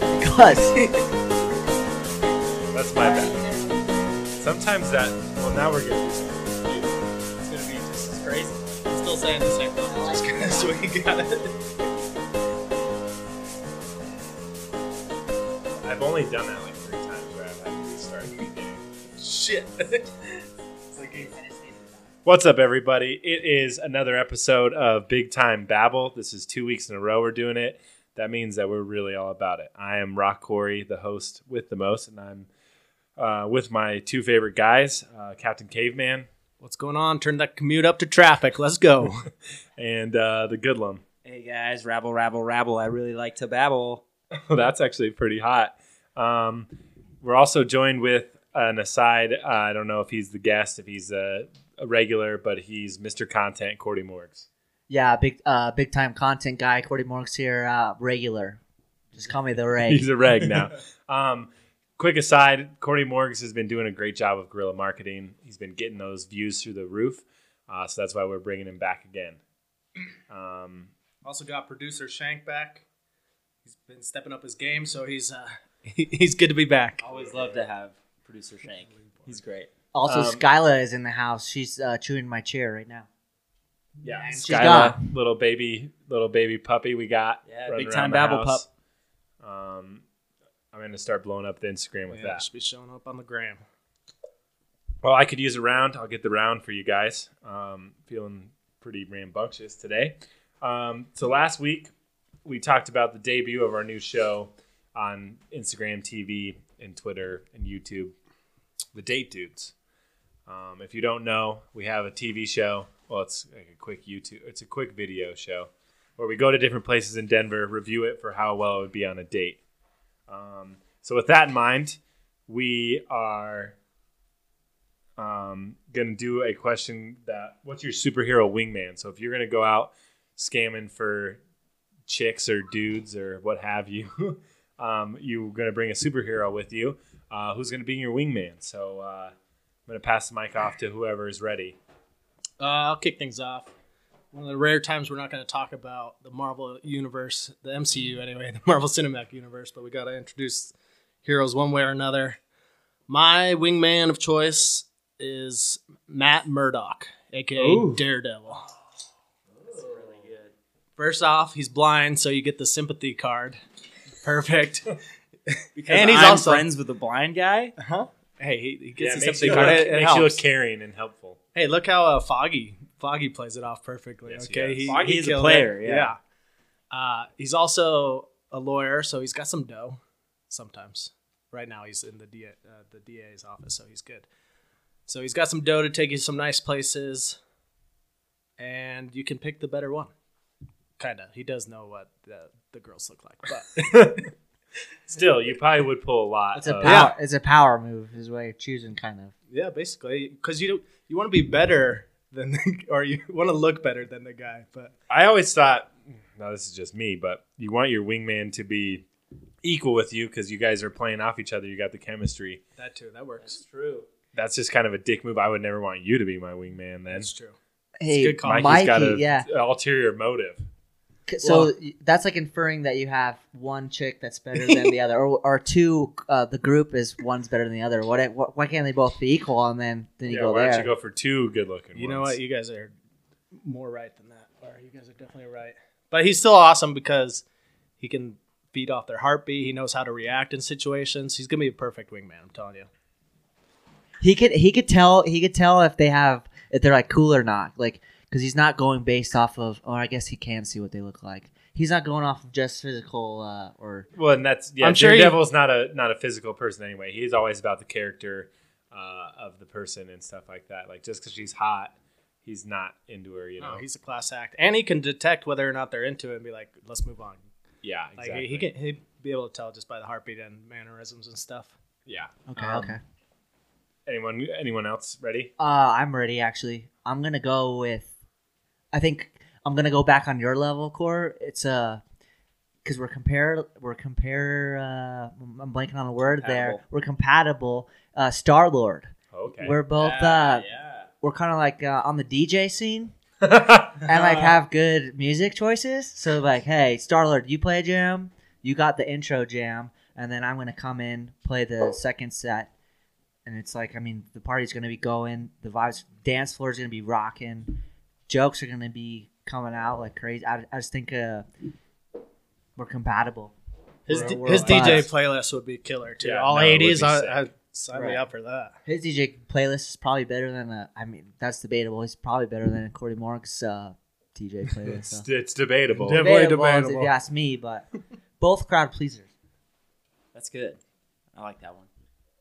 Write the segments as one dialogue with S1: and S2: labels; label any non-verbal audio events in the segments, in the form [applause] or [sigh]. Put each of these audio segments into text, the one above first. S1: was.
S2: That's my bad. Sometimes that. Well, now we're getting. It's
S3: gonna be just as crazy. I'm still saying the same one. Just [laughs] kinda so we got it.
S2: I've only done that like three times where I've had to restart the beginning.
S3: Shit. [laughs] it's like you-
S2: What's up, everybody? It is another episode of Big Time Babble. This is two weeks in a row we're doing it. That means that we're really all about it. I am Rock Corey, the host with the most, and I'm uh, with my two favorite guys, uh, Captain Caveman
S4: What's going on? Turn that commute up to traffic. Let's go.
S2: and uh, the [laughs] Goodlum.
S3: [laughs] hey guys, rabble, rabble, rabble. I really like to babble.
S2: That's actually pretty hot. Um, we're also joined with an aside. Uh, I don't know if he's the guest, if he's a, a regular, but he's Mr. Content, Cordy Morgs.
S1: yeah, big uh, big time content guy. Cordy Morgs here, uh, regular. Just call me the reg.
S2: He's a reg now. um, quick aside, Cordy Morgs has been doing a great job of guerrilla marketing. He's been getting those views through the roof. Uh, so that's why we're bringing him back again. Um,
S4: also got producer Shank back. He's been stepping up his game, so he's uh he's good to be back.
S3: Always love to have producer Shank. He's great.
S1: also,
S2: um,
S1: Skyla is in the house. She's uh, chewing my chair right now.
S2: yeah,
S1: she's
S2: Skyla, little baby, little baby puppy we got.
S3: Yeah,
S2: running
S3: big time
S2: around the
S3: babble
S2: house. Um, I'm gonna start blowing up the Instagram with
S4: Yeah,
S2: that.
S4: should be showing up on the gram.
S2: Well, I could use a round. I'll get the round for you guys. Um, feeling pretty rambunctious today. Um, so last week we talked about the debut of our new show on Instagram TV and Twitter and YouTube, the Date Dudes. Um, if you don't know, we have a TV show. Well, it's like a quick YouTube. It's a quick video show where we go to different places in Denver, review it for how well it would be on a date. Um, so with that in mind, we are um, gonna do a question that what's your superhero wingman? So if you're gonna go out scamming for chicks or dudes or what have you, [laughs] um, you're gonna bring a superhero with you. Uh, who's gonna be your wingman? So uh, I'm gonna pass the mic off to whoever is ready.
S4: Uh, I'll kick things off. One of the rare times we're not going to talk about the Marvel universe, the MCU anyway, [laughs] the Marvel Cinematic Universe, but we got to introduce heroes one way or another. My wingman of choice is Matt Murdock, aka
S2: Ooh.
S4: Daredevil. That's really good. First off, he's blind, so you get the sympathy card. Perfect.
S3: [laughs] Because
S4: And he's
S3: I'm
S4: also- Uh-huh.
S3: friends with the blind guy.
S4: huh? Hey, he, he gets the
S2: makes, you
S4: sympathy
S2: look,
S4: card. It- it
S2: makes you look
S4: helps.
S2: caring and
S4: [laughs]
S2: helpful.
S4: Hey, look how uh, Foggy Foggy plays it off perfectly.
S2: Yes, he
S4: okay,
S2: does.
S4: he,
S3: Foggy
S4: he
S3: is a
S4: killed
S3: player,
S4: it.
S3: yeah.
S4: Yeah. Uh, he's also a lawyer, so he's got some dough. Sometimes, right now he's in the DA, uh, the DA's office, so he's good. So he's got some dough to take you some nice places, and you can pick the better one. Kinda. He does know what the, the girls look like,
S3: [laughs]
S4: but
S2: Still, you probably would pull a lot.
S1: It's a
S2: of-
S4: Uh,
S1: power. It's a power move. Is way of choosing kind of.
S4: yeah, basically, because you you want to be better than, the, [laughs] or you want to look better than the guy, but.
S2: I always thought, now this is just me, but you want your wingman to be equal with you because you guys are playing off each other. You got the chemistry.
S4: That too. That works.
S3: true.
S2: That's just kind of a dick move. I would never want you to be my wingman. Then
S4: That's true.
S1: Hey,
S4: good call.
S2: Mikey's
S1: Mikey,
S2: got a
S1: yeah.
S2: ulterior motive.
S1: C- So
S4: Well-
S1: y- that's like inferring that you have one chick that's better than [laughs] the other, or, or two. Uh, the group is one's better than the other. What, what? Why can't they both be equal? And then then you
S2: yeah,
S1: go
S2: why
S1: there.
S2: don't you go for two good-looking?
S4: You know
S2: ones?
S4: what? You guys are more right than that. Or you guys are definitely right. But he's still awesome because he can beat off their heartbeat. He knows how to react in situations. He's gonna be a perfect wingman. I'm telling you.
S1: He could he could tell he could tell if they have if they're like cool or not, like because he's not going based off of. Or I guess he can see what they look like. He's not going off of just physical uh, or
S2: Well, and that's yeah.
S4: I'm sure he-
S2: Daredevil's not a not a physical person anyway. He's always about the character uh, of the person and stuff like that. Like just because she's hot, he's not into her. You know?
S4: No, Oh, he's a class act, and he can detect whether or not they're into it and be like, "Let's move on."
S2: yeah,
S4: Like
S2: exactly.
S4: he he can he'd be able to tell just by the heartbeat and mannerisms and stuff.
S2: Yeah.
S1: okay
S2: Um,
S1: okay.
S2: Anyone? Anyone else ready?
S1: Uh, I'm ready actually. I'm gonna go with. I think I'm gonna go back on your level, core. It's uh, because we're compare we're compare. Uh, I'm blanking on the word there.
S3: Compatible.
S1: We're compatible. Uh, Star Lord.
S2: Okay.
S1: We're both. uh,
S3: Ah, yeah.
S1: we're kind of like uh, on the DJ scene
S2: yeah,
S1: and like have good music choices. So like, hey, Star Lord, you play a jam. You got the intro jam. and then I'm gonna come in, play the second set, and it's like I mean the party's gonna be going, the vibes, dance floor is gonna be rocking, jokes are gonna be coming out like crazy. I, I just think uh, we're compatible.
S4: His,
S2: We're-
S4: d-
S2: we're
S4: his
S1: alive.
S4: DJ playlist would be killer too.
S2: Yeah,
S4: All
S2: no, it would
S4: 80s,
S2: be
S4: I,
S2: sick.
S4: I'd sign me
S1: Right.
S4: up for that.
S1: His DJ playlist is probably better than uh, I mean that's debatable. He's probably better than Cordy Morg's uh, DJ playlist.
S2: [laughs]
S1: so.
S2: It's, it's debatable.
S4: Dev- Definitely
S1: if
S4: debatable.
S1: you ask me, but both crowd pleasers.
S5: That's good. I like that one.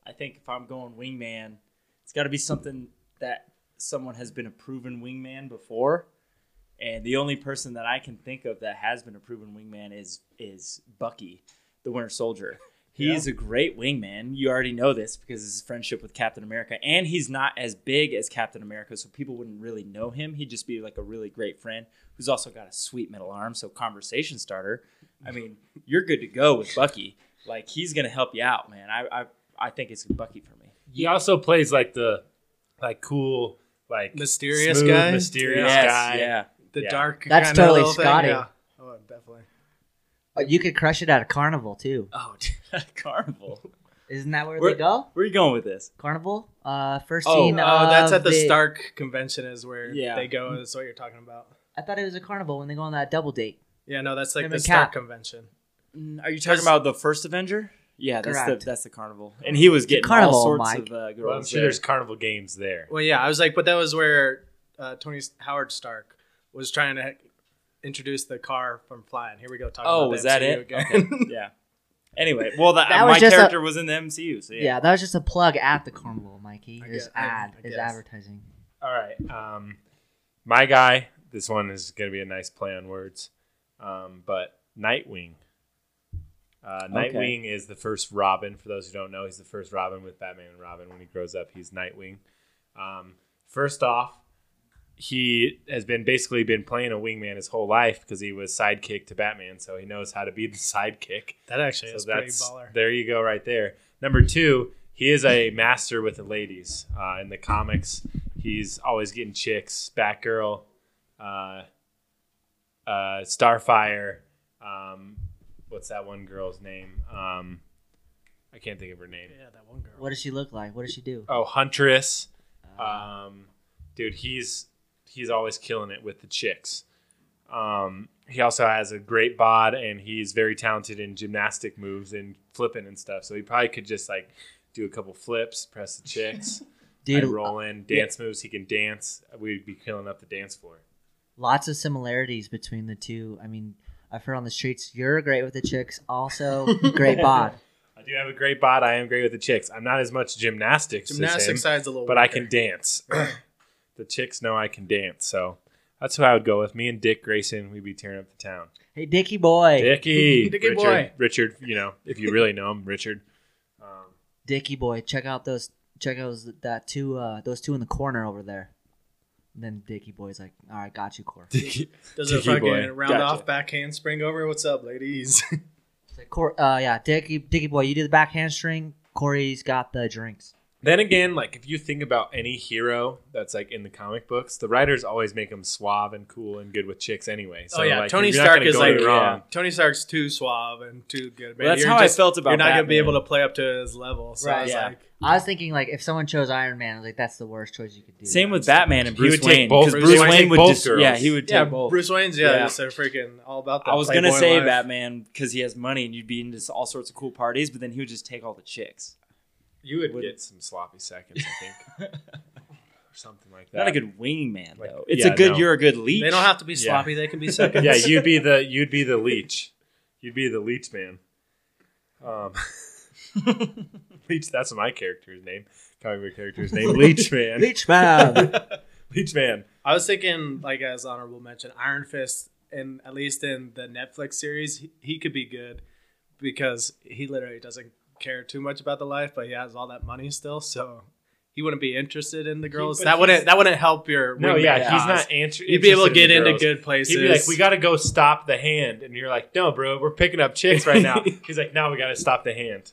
S5: I think if I'm going wingman, it's got to be something that someone has been a proven wingman before. And the only person that I can think of that has been a proven wingman is is Bucky, the Winter Soldier. He is a great wingman. You already know this because of his friendship with Captain America, and he's not as big as Captain America, so people wouldn't really know him. He'd just be like a really great friend who's also got a sweet middle arm, so conversation starter. I mean, you're good to go with Bucky. Like he's gonna help you out, man. I I, I think it's Bucky for me.
S2: He also plays like the like cool like
S4: Mysterious
S2: smooth,
S4: guy?
S2: mysterious
S5: Yes,
S2: guy.
S5: yeah.
S4: The
S2: Yeah.
S4: dark.
S1: That's
S4: kinda
S1: totally
S4: little thing,
S1: Scotty.
S4: yeah. Oh, definitely.
S1: Uh, You could crush it at a carnival too.
S5: Oh,
S4: [laughs]
S5: dude,
S1: [laughs]
S5: carnival.
S1: Isn't that where
S5: Where-
S1: they go?
S5: Where are you going with this?
S1: Carnival. Uh, first
S5: Oh,
S1: scene.
S4: oh, that's
S1: of
S4: at the Stark convention is where
S5: Yeah.
S4: they go. Is what you're talking about.
S1: I thought it was a carnival when they go on that double date.
S4: Yeah, no, that's like
S1: Him
S4: the
S1: and
S4: Stark
S1: Cap.
S4: convention.
S5: Mm, Are you talking about the first Avenger? Yeah, that's
S1: Correct.
S5: the that's the carnival, and he was getting
S1: carnival,
S5: all sorts
S1: Mike.
S5: of uh,
S2: Well, I'm
S5: girls.
S2: sure
S5: there.
S2: there's carnival games there.
S4: Well, yeah, I was like, but that was where uh, Tony S- Howard Stark was trying to introduce the car from flying. Here we go. Talking
S5: Oh,
S4: about
S5: was
S4: the
S5: that
S4: MCU
S5: it?
S4: Again.
S5: [laughs] yeah. Anyway, well,
S1: [laughs]
S5: that,
S1: That was
S5: my
S1: just a-
S5: character was in the MCU, so
S1: Yeah.
S5: yeah.
S1: that was just a plug at the carnival, Mikey.
S4: I
S1: His
S4: guess- I-
S1: ad,
S4: I
S1: his
S4: guess.
S1: advertising.
S2: All right. Um, my guy, this one is going to be a nice play on words, um, but Nightwing. Uh, Nightwing is the first Robin. For those who don't know, he's the first Robin with Batman and Robin. When he grows up, he's Nightwing. Um, first off, he has been basically been playing a wingman his whole life because he was sidekick to Batman, so he knows how to be the [laughs] sidekick.
S4: [laughs] That actually is
S2: So
S4: pretty
S2: that's
S4: baller.
S2: there you go right there. Number two, he is a master with the ladies uh, in the comics. He's always getting chicks, Batgirl, uh, uh, Starfire. Um, what's that one girl's name? Um, I can't think of her name.
S4: Yeah, that one girl.
S1: What does she look like? What does she do?
S2: Oh, Huntress. Um, dude, he's he's always killing it with the chicks. Um, he also has a great bod, and he's very talented in gymnastic moves and flipping and stuff. So he probably could just like do a couple flips, press the chicks,
S1: Dude,
S2: I'd roll in dance moves. He can dance. We'd be killing up the dance floor.
S1: lots of similarities between the two. I mean, I've heard on the streets you're great with the chicks, also great bod.
S2: I do have a great bod. I am great with the chicks. I'm not as much gymnastics, as him,
S4: Gymnastics side's a little.
S2: but I
S4: weaker.
S2: can dance. [clears throat] the chicks know I can dance, so that's who I would go with. Me and Dick Grayson, we'd be tearing up the town.
S1: Hey, Dickie boy,
S4: [laughs]
S2: Dicky,
S4: Dicky
S2: Richard,
S4: boy.
S2: Richard, you know, if you really know him,
S4: [laughs]
S2: Richard. Um,
S1: Dickie boy, check out those, check out those, that two, uh, those two in the corner over there. And then Dickie boy's like, all right, got you, Core.
S2: Dicky,
S4: Does a
S2: Dicky
S4: fucking
S2: boy.
S4: round
S2: Gotcha.
S4: off backhand spring over? What's up, ladies? [laughs]
S1: It's like, Cor, uh, yeah, Dickie, Dickie boy, you do the back handstring. Corey's got the drinks.
S2: Then again, like if you think about any hero that's like in the comic books, the writers always make him suave and cool and good with chicks anyway. So,
S4: oh yeah,
S2: like,
S4: Tony
S2: you're not
S4: Stark
S2: gonna
S4: is
S2: go
S4: like
S2: wrong.
S4: yeah, Tony Stark's too suave and too good.
S5: Well, that's
S4: You're
S5: how I
S4: just-
S5: felt about.
S4: You're not gonna be
S5: Batman.
S4: able to play up to his level. So
S1: Right,
S4: I was
S5: yeah.
S4: like,
S1: I was thinking like if someone chose Iron Man, I was like that's the worst choice you could do.
S5: Same with Batman and
S2: He would
S5: Bruce
S2: take
S5: Wayne.
S2: both-
S5: 'cause
S4: Bruce
S5: Bruce
S4: Wayne
S5: Wayne
S2: take
S5: would
S2: both
S5: just,
S2: girls.
S5: yeah, he would take
S4: yeah,
S5: both.
S4: Bruce Wayne's yeah,
S5: Yeah.
S4: just a freaking all about that.
S5: I was gonna
S4: playboy
S5: say
S4: life.
S5: Batman because he has money and you'd be into all sorts of cool parties, but then he would just take all the chicks.
S2: You would
S5: Would-
S2: get some sloppy seconds, I think,
S4: [laughs]
S2: or something like that.
S5: Not a good wingman
S2: Like,
S5: though. It's
S2: yeah,
S5: a good.
S2: no.
S5: You're a good leech.
S4: They don't have to be
S2: Yeah.
S4: sloppy. They
S2: [laughs]
S4: can be seconds.
S2: yeah, you'd be the you'd be the leech, you'd be the leech man. [laughs] Um, leech. That's my character's name. Comic book character's name. Leech man.
S1: Leech [laughs] Man.
S2: leech man.
S4: I was thinking, like as honorable mention, Iron Fist, and at least in the Netflix series, he, he could be good because he literally doesn't care too much about the life, but he has all that money still, so he wouldn't be interested in the girls.
S2: but
S4: that wouldn't
S2: he's-
S4: that wouldn't help your
S2: No,
S4: wingman
S2: yeah, he's
S4: cause.
S2: not answer-
S4: You'd be able to
S2: interested
S4: get
S2: in the
S4: into
S2: girls.
S4: good places.
S2: He'd be like, "We got to go stop the hand," and you're like, "No, bro, we're picking up chicks right [laughs] now." he's like, "No, we got to stop the hand."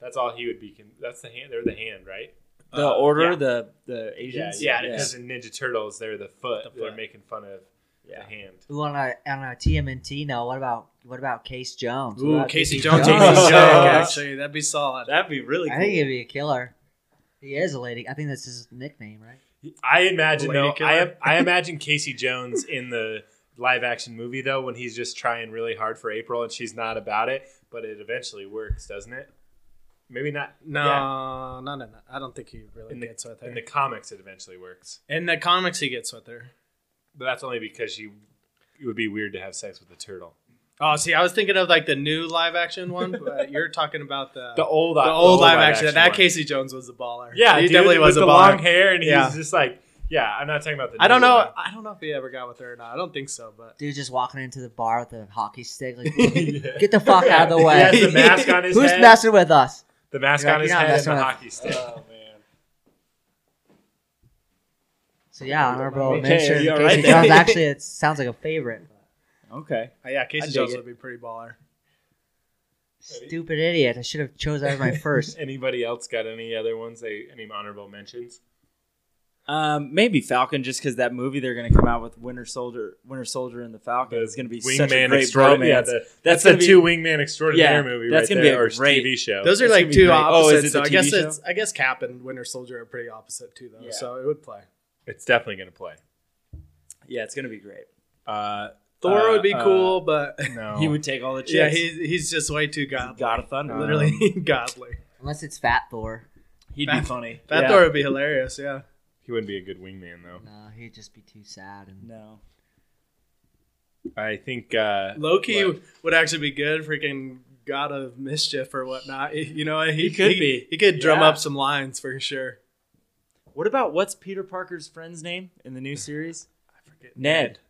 S2: That's all he would be. Con- that's the hand. They're the hand, right?
S5: the
S2: Uh,
S5: order,
S2: yeah.
S5: the the Asians.
S2: yeah, because in Ninja Turtles, they're the foot.
S4: The
S2: They're
S4: foot.
S2: making fun of the hand.
S1: Ooh, on a on a TMNT note, what about what about Case Jones? What
S4: Ooh,
S1: about
S4: Casey
S1: Casey [laughs]
S4: Jones.
S2: Jones.
S4: [laughs] Casey Jones,
S2: Yeah.
S4: actually, that'd be solid.
S5: That'd be really
S1: I
S5: cool.
S1: think he'd be a killer. He is a lady. I think that's his nickname, right?
S2: I imagine
S4: Lady
S2: though,
S4: killer.
S2: I, I imagine Casey Jones in the live action movie though when he's just trying really hard for April and she's not about it, but it eventually works, doesn't it? Maybe not.
S4: no,
S2: yeah.
S4: not in that. I don't think he really
S2: in the,
S4: gets with her.
S2: in the comics, it eventually works,
S4: in the comics, he gets with her.
S2: but that's only because she. It would be weird to have sex with a turtle.
S4: Oh, see, I was thinking of like the new live action one, but you're talking about the
S2: The old,
S4: Uh, the old live, action. That
S2: one.
S4: Casey Jones was a baller.
S2: yeah,
S4: he
S2: dude,
S4: definitely
S2: with
S4: was a
S2: the
S4: baller.
S2: long hair, and
S4: Yeah.
S2: he's just like, yeah. I'm not talking about the.
S4: I don't
S2: new
S4: know.
S2: one. [laughs]
S4: I don't know if he ever got with her or not. I don't think so, but
S1: Dude, just walking into the bar with a hockey stick,
S5: [laughs]
S1: like
S2: Yeah.
S1: get the fuck out of the
S2: He has
S1: way.
S2: the mask on
S1: [laughs]
S2: his
S1: Who's
S2: head.
S1: messing with us?
S2: the mask
S1: You're like,
S2: on his
S1: you're not
S2: head and
S1: messing
S2: the
S1: with-
S2: hockey stick.
S4: Oh,
S1: So yeah, honorable
S5: Okay,
S1: mention.
S5: you're
S1: Casey
S5: right there.
S1: Jones. Actually, it sounds like a favorite.
S5: Okay.
S4: uh, yeah, Casey
S5: dig
S4: Jones
S5: it.
S4: would be pretty baller.
S1: Stupid idiot! I should have chose that as [laughs] my
S5: [laughs]
S1: first.
S2: Anybody else got any other ones? They any honorable mentions?
S5: Um, maybe Falcon, just because that movie they're going to come out with Winter Soldier, Winter Soldier and the Falcon is going to Oh, be such a great
S2: extraordin-
S5: bromance.
S2: Yeah, the,
S5: that's
S2: that's
S5: gonna
S2: the
S5: be-
S2: two wingman extraordinaire
S5: Yeah,
S2: movie.
S5: that's
S2: right
S5: gonna be
S2: there,
S5: a
S2: or
S5: great-
S2: TV show.
S4: Those are
S5: That's
S4: like
S5: gonna be
S4: two
S5: great. Oh,
S4: opposites.
S5: is it
S4: so
S5: the
S4: I guess
S5: TV
S4: it's I guess Cap and Winter Soldier are pretty opposite too, though.
S5: Yeah.
S4: So it would play.
S2: it's definitely gonna play.
S5: yeah, it's going to be great.
S2: Uh,
S4: Thor
S2: uh,
S4: would be
S2: uh,
S4: cool, but
S2: no,
S5: [laughs] He would take all the chicks.
S4: yeah, he's he's just way too godly.
S5: God of Thunder. Um,
S4: Literally [laughs] godly.
S1: Unless it's Fat Thor.
S5: He'd be
S4: Fat-
S5: funny.
S4: That
S5: yeah.
S4: Thor would be hilarious. Yeah.
S2: He wouldn't be a good wingman though.
S1: No, he'd just be too sad. And
S5: No.
S2: I think uh,
S4: Loki
S2: What?
S4: would actually be good, freaking god of mischief or whatnot. You know, he,
S5: He could
S4: he,
S5: be.
S4: He could drum
S5: Yeah.
S4: up some lines for sure.
S5: What about what's Peter Parker's friend's name in the new series?
S4: I forget.
S5: Ned.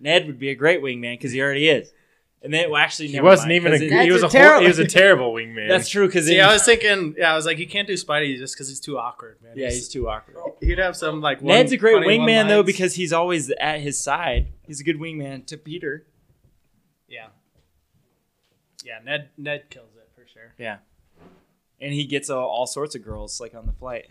S5: Ned would be a great wingman because he already is. And then, well, actually,
S2: he
S5: never
S2: wasn't
S5: mind,
S2: even. A,
S5: 'cause it-
S2: he was
S1: That's
S2: a,
S1: a terrible- [laughs]
S2: hor- he was
S5: [laughs]
S2: a terrible wingman.
S5: That's true because
S4: See, I was thinking, yeah, I was like, you can't do Spidey just because he's too awkward, man.
S5: [laughs] yeah, he's too awkward.
S4: he'd have some like. one
S5: Ned's a great
S4: funny
S5: wingman though
S4: one-liners.
S5: because he's always at his side. He's a good wingman to Peter.
S4: yeah, yeah, Ned Ned kills it for sure.
S5: Yeah. And he gets all, all sorts of girls like on the flight.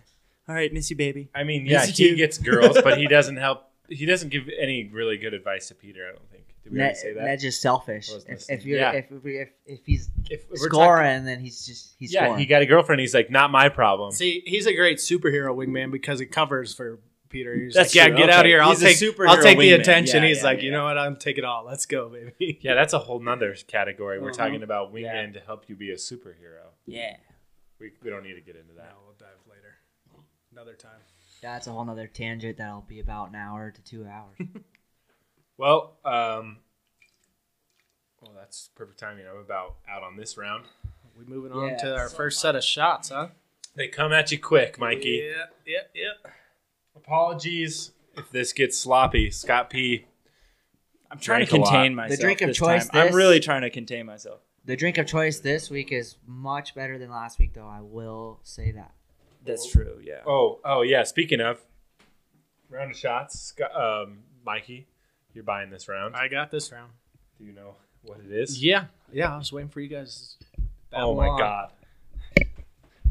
S5: All right, miss you, baby.
S2: I mean, yeah,
S5: Yes, you
S2: he
S5: do.
S2: gets girls, but
S5: [laughs]
S2: he doesn't help. He doesn't give any really good advice to Peter. I don't think. Did we
S1: Ned,
S2: already say that?
S1: Ned's just selfish.
S2: I wasn't
S1: If,
S2: listening.
S1: if you're
S2: Yeah.
S1: if, if if if he's
S2: if we're
S1: scoring, then he's just he's
S2: yeah,
S1: scoring.
S2: he got a girlfriend. He's like, not my problem.
S4: See, he's a great superhero wingman because he covers for Peter. He's
S5: That's
S4: like, yeah,
S5: true,
S4: get
S5: okay.
S4: out of here. I'll
S5: He's a
S4: take
S5: superhero
S4: I'll take the
S5: wingman.
S4: attention.
S5: Yeah,
S4: he's
S5: yeah,
S4: like,
S5: yeah,
S4: you know what? I'm take it all. Let's go, [laughs] baby.
S2: Yeah, that's a whole nother category. We're
S4: Mm-hmm.
S2: talking about wingman to help you be a superhero.
S5: Yeah.
S2: We, we don't need to get into that.
S4: we'll dive later, another time.
S1: That's a whole nother tangent that'll be about an hour to two
S2: [laughs]
S1: hours.
S2: Well, um, well, that's perfect timing. I'm about out on this round.
S4: We moving on
S1: Yeah,
S4: to our first set of shots, huh?
S2: They come at you quick, Mikey.
S4: Yeah, yep, yep.
S2: Apologies if this gets sloppy. Scott P.
S5: I'm trying
S2: Drank
S5: to
S2: a
S5: contain myself.
S1: drink of
S5: this
S1: choice
S5: time. I'm
S1: this-
S5: really trying to contain myself.
S1: the drink of choice this week is much better than last week, though. I will say that.
S5: That's true. Yeah.
S2: Oh, oh yeah. Speaking of round of shots, Scott, um, Mikey, you're buying this round.
S4: I got this round.
S2: Do you know what it is?
S4: Yeah, yeah. I was waiting for you guys.
S2: Oh my god.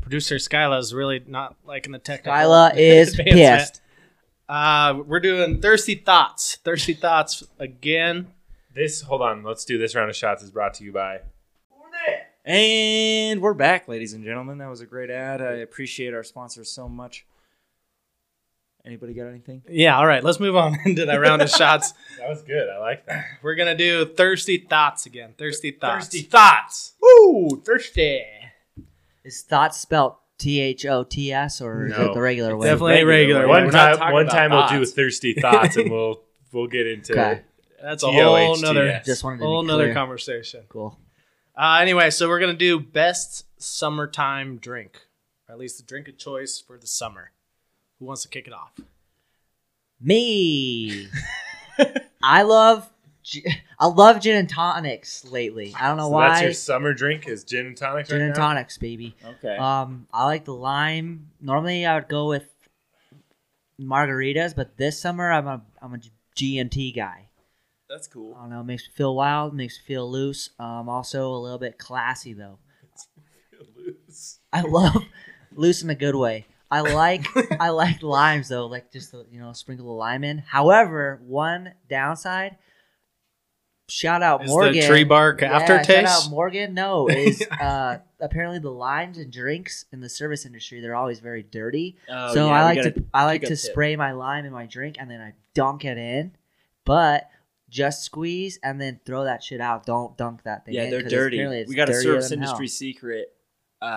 S4: Producer Skyla is really not liking the technical. [laughs]
S1: Skyla
S5: [laughs]
S1: is
S4: advancement.
S1: pissed.
S4: Uh, we're doing thirsty thoughts. Thirsty thoughts again.
S2: This hold on. Let's do this round of shots. Is brought to you by
S5: And we're back, ladies and gentlemen. That was a great ad. I appreciate our sponsors so much. Anybody got anything?
S4: Yeah. All right. Let's move on [laughs] into that round of [laughs] shots.
S2: That was good. I like that.
S4: We're gonna do thirsty thoughts again. Thirsty thoughts.
S2: thoughts.
S4: Woo! Thirsty.
S1: Is thoughts spelled T H O T S or is
S2: No.
S1: it the regular way?
S4: Definitely regular.
S5: regular.
S4: way.
S2: One
S5: We're not
S2: time,
S5: talking
S2: one
S5: about
S2: time we'll do
S5: thoughts.
S2: thirsty thoughts, and
S5: [laughs]
S2: we'll we'll get into.
S1: Okay.
S4: That's a whole
S2: T-O-H-T-S.
S4: nother,
S1: Just wanted to be
S4: whole nother
S1: clear.
S4: conversation.
S1: Cool.
S4: Uh, anyway, so we're gonna do best summertime drink, or at least the drink of choice for the summer. Who wants to kick it off?
S1: Me. I love. gi- [laughs] I love gin and tonics lately. I don't know
S2: So
S1: why.
S2: that's your summer drink is gin and tonic.
S1: gin
S2: right
S1: and
S2: now?
S1: tonics, baby.
S5: Okay.
S4: Uh,
S1: Um, I like the lime. Normally, I would go with margaritas, but this summer I'm a I'm a GMT guy.
S5: That's cool.
S1: I don't know. It makes me feel wild. Makes me feel loose. Um, also a [laughs] little bit classy though. I love loose in a good way. I
S6: [laughs]
S1: like I like limes though, like just to, you know sprinkle a lime in. However, one downside. Shout out
S6: Is
S1: Uh, Morgan.
S6: the tree bark
S1: Yeah, shout out
S6: aftertaste?
S1: Morgan. No,
S6: [laughs]
S1: is uh, apparently the limes and drinks in the service industry they're always very dirty.
S5: Oh,
S1: so
S5: yeah,
S1: I
S5: we
S1: like
S5: gotta-
S1: to I like
S5: pick
S1: to
S5: up tip.
S1: spray my lime in my drink and then I dunk it in, but just squeeze and then throw that shit out. Don't dunk that thing.
S5: Yeah,
S1: in,
S5: they're
S1: 'cause it's-
S5: dirty.
S1: apparently it's
S5: we got a
S1: dirtier
S5: service
S1: than hell.
S5: industry secret. Uh,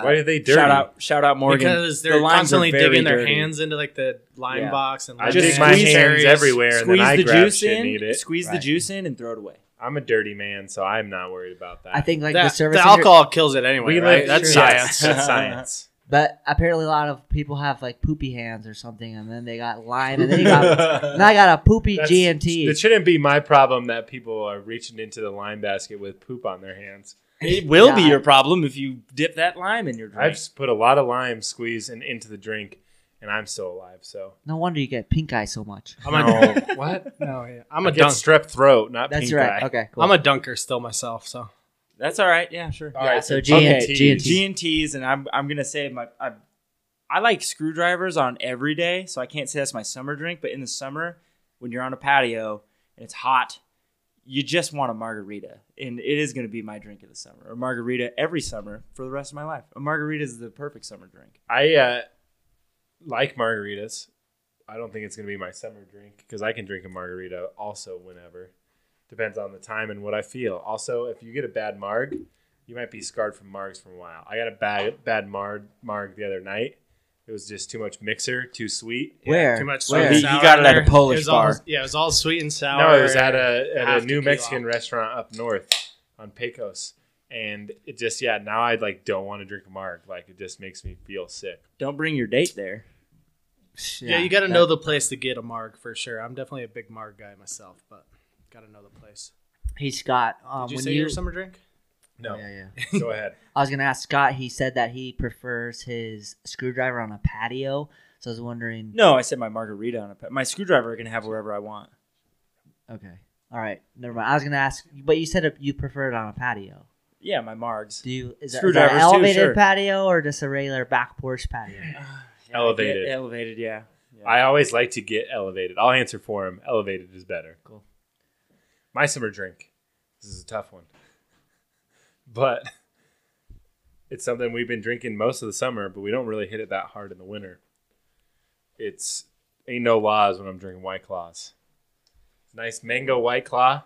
S2: [laughs] Why are they dirty?
S5: Shout out, shout out Morgan.
S4: because
S5: The
S4: they're
S5: limes are
S4: constantly
S5: very
S4: digging their
S5: dirty.
S4: hands into like the lime
S5: Yeah.
S4: box and
S2: I
S4: lemon
S2: dig
S5: just
S2: my
S5: squeeze
S2: hands
S4: cherries.
S2: everywhere and then I
S5: the
S2: grab
S5: juice
S2: shit
S5: in,
S2: and eat it.
S5: squeeze the
S1: Right.
S5: juice in, and throw it away.
S2: I'm a dirty man, so I'm not worried about that.
S1: I think like
S4: That-
S1: the service industry-
S4: alcohol kills it anyway.
S2: we
S4: right?
S2: live. yes, [laughs]
S4: That's science.
S2: That's science.
S1: But apparently, a lot of people have like poopy hands or something, and then they got lime,
S5: [laughs]
S1: and then you got [laughs] and I got a poopy
S2: That's-
S1: GMT.
S2: It shouldn't be my problem that people are reaching into the lime basket with poop on their hands.
S5: It will be
S1: Yeah.
S5: your problem if you dip that lime in your
S2: I've
S5: drink.
S2: s- put a lot of lime squeeze and into the drink, and I'm still alive. So
S1: no wonder you get pink eye so much.
S4: [laughs] I'm a,
S2: No. what?
S4: no, yeah.
S2: I'm
S4: [laughs] I'm
S2: a
S4: a
S2: get
S4: dunk.
S2: strep throat, not
S1: That's
S2: pink
S1: right.
S2: eye.
S1: Okay, cool.
S4: I'm a dunker still myself. So
S5: That's all right. Yeah, sure.
S2: All
S1: Yeah,
S2: right,
S1: so
S2: okay,
S1: GNT. GNT.
S5: G and T's, and I'm I'm gonna say my I, I like screwdrivers on every day, so I can't say that's my summer drink. But in the summer, when you're on a patio and it's hot, you just want a margarita, and it is gonna be my drink of the summer. A margarita every summer for the rest of my life. A margarita is the perfect summer drink.
S2: I uh, like margaritas. I don't think it's gonna be my summer drink because I can drink a margarita also whenever. Depends on the time and what I feel. Also, if you get a bad marg, you might be scarred from margs for a while. I got a bad bad marg marg the other night. It was just too much mixer, too sweet.
S1: Where?
S4: too much. Sweet
S1: Where?
S4: and
S5: He- he
S4: sour
S5: got it at a
S4: there.
S5: Polish
S4: It was all-
S5: bar.
S4: yeah, it was all sweet and sour.
S2: No, it was at a at
S4: half
S2: a new
S4: tequila.
S2: Mexican restaurant up north on Pecos, and it just yeah. Now I like don't want to drink a marg. Like it just makes me feel sick.
S5: Don't bring your date there.
S4: Yeah, you got to know the place to get a marg for sure. I'm definitely a big marg guy myself, but got to know the place.
S1: Hey Scott, um,
S4: Did you
S1: when
S4: say
S1: you
S4: your summer drink?
S2: No,
S1: yeah, yeah.
S2: [laughs] go ahead.
S1: I was gonna ask Scott. He said that he prefers his screwdriver on a patio. So I was wondering.
S5: No, I said my margarita on a pa- my screwdriver. I can have wherever I want.
S1: Okay, all right, never mind. I was gonna ask, but you said it- you prefer it on a patio.
S5: Yeah, my margs.
S1: Do you is that, is that
S5: Screwdrivers
S1: an
S5: too,
S1: elevated
S5: sure.
S1: patio or just a regular back porch patio?
S5: Yeah,
S2: Elevated.
S5: yeah, elevated. Yeah. Yeah.
S2: I always like to get elevated. I'll answer for him. Elevated is better.
S1: Cool.
S2: My summer drink. This is a tough one, [laughs] but it's something we've been drinking most of the summer, but we don't really hit it that hard in the winter. It's ain't no laws when I'm drinking White Claws. Nice mango White Claw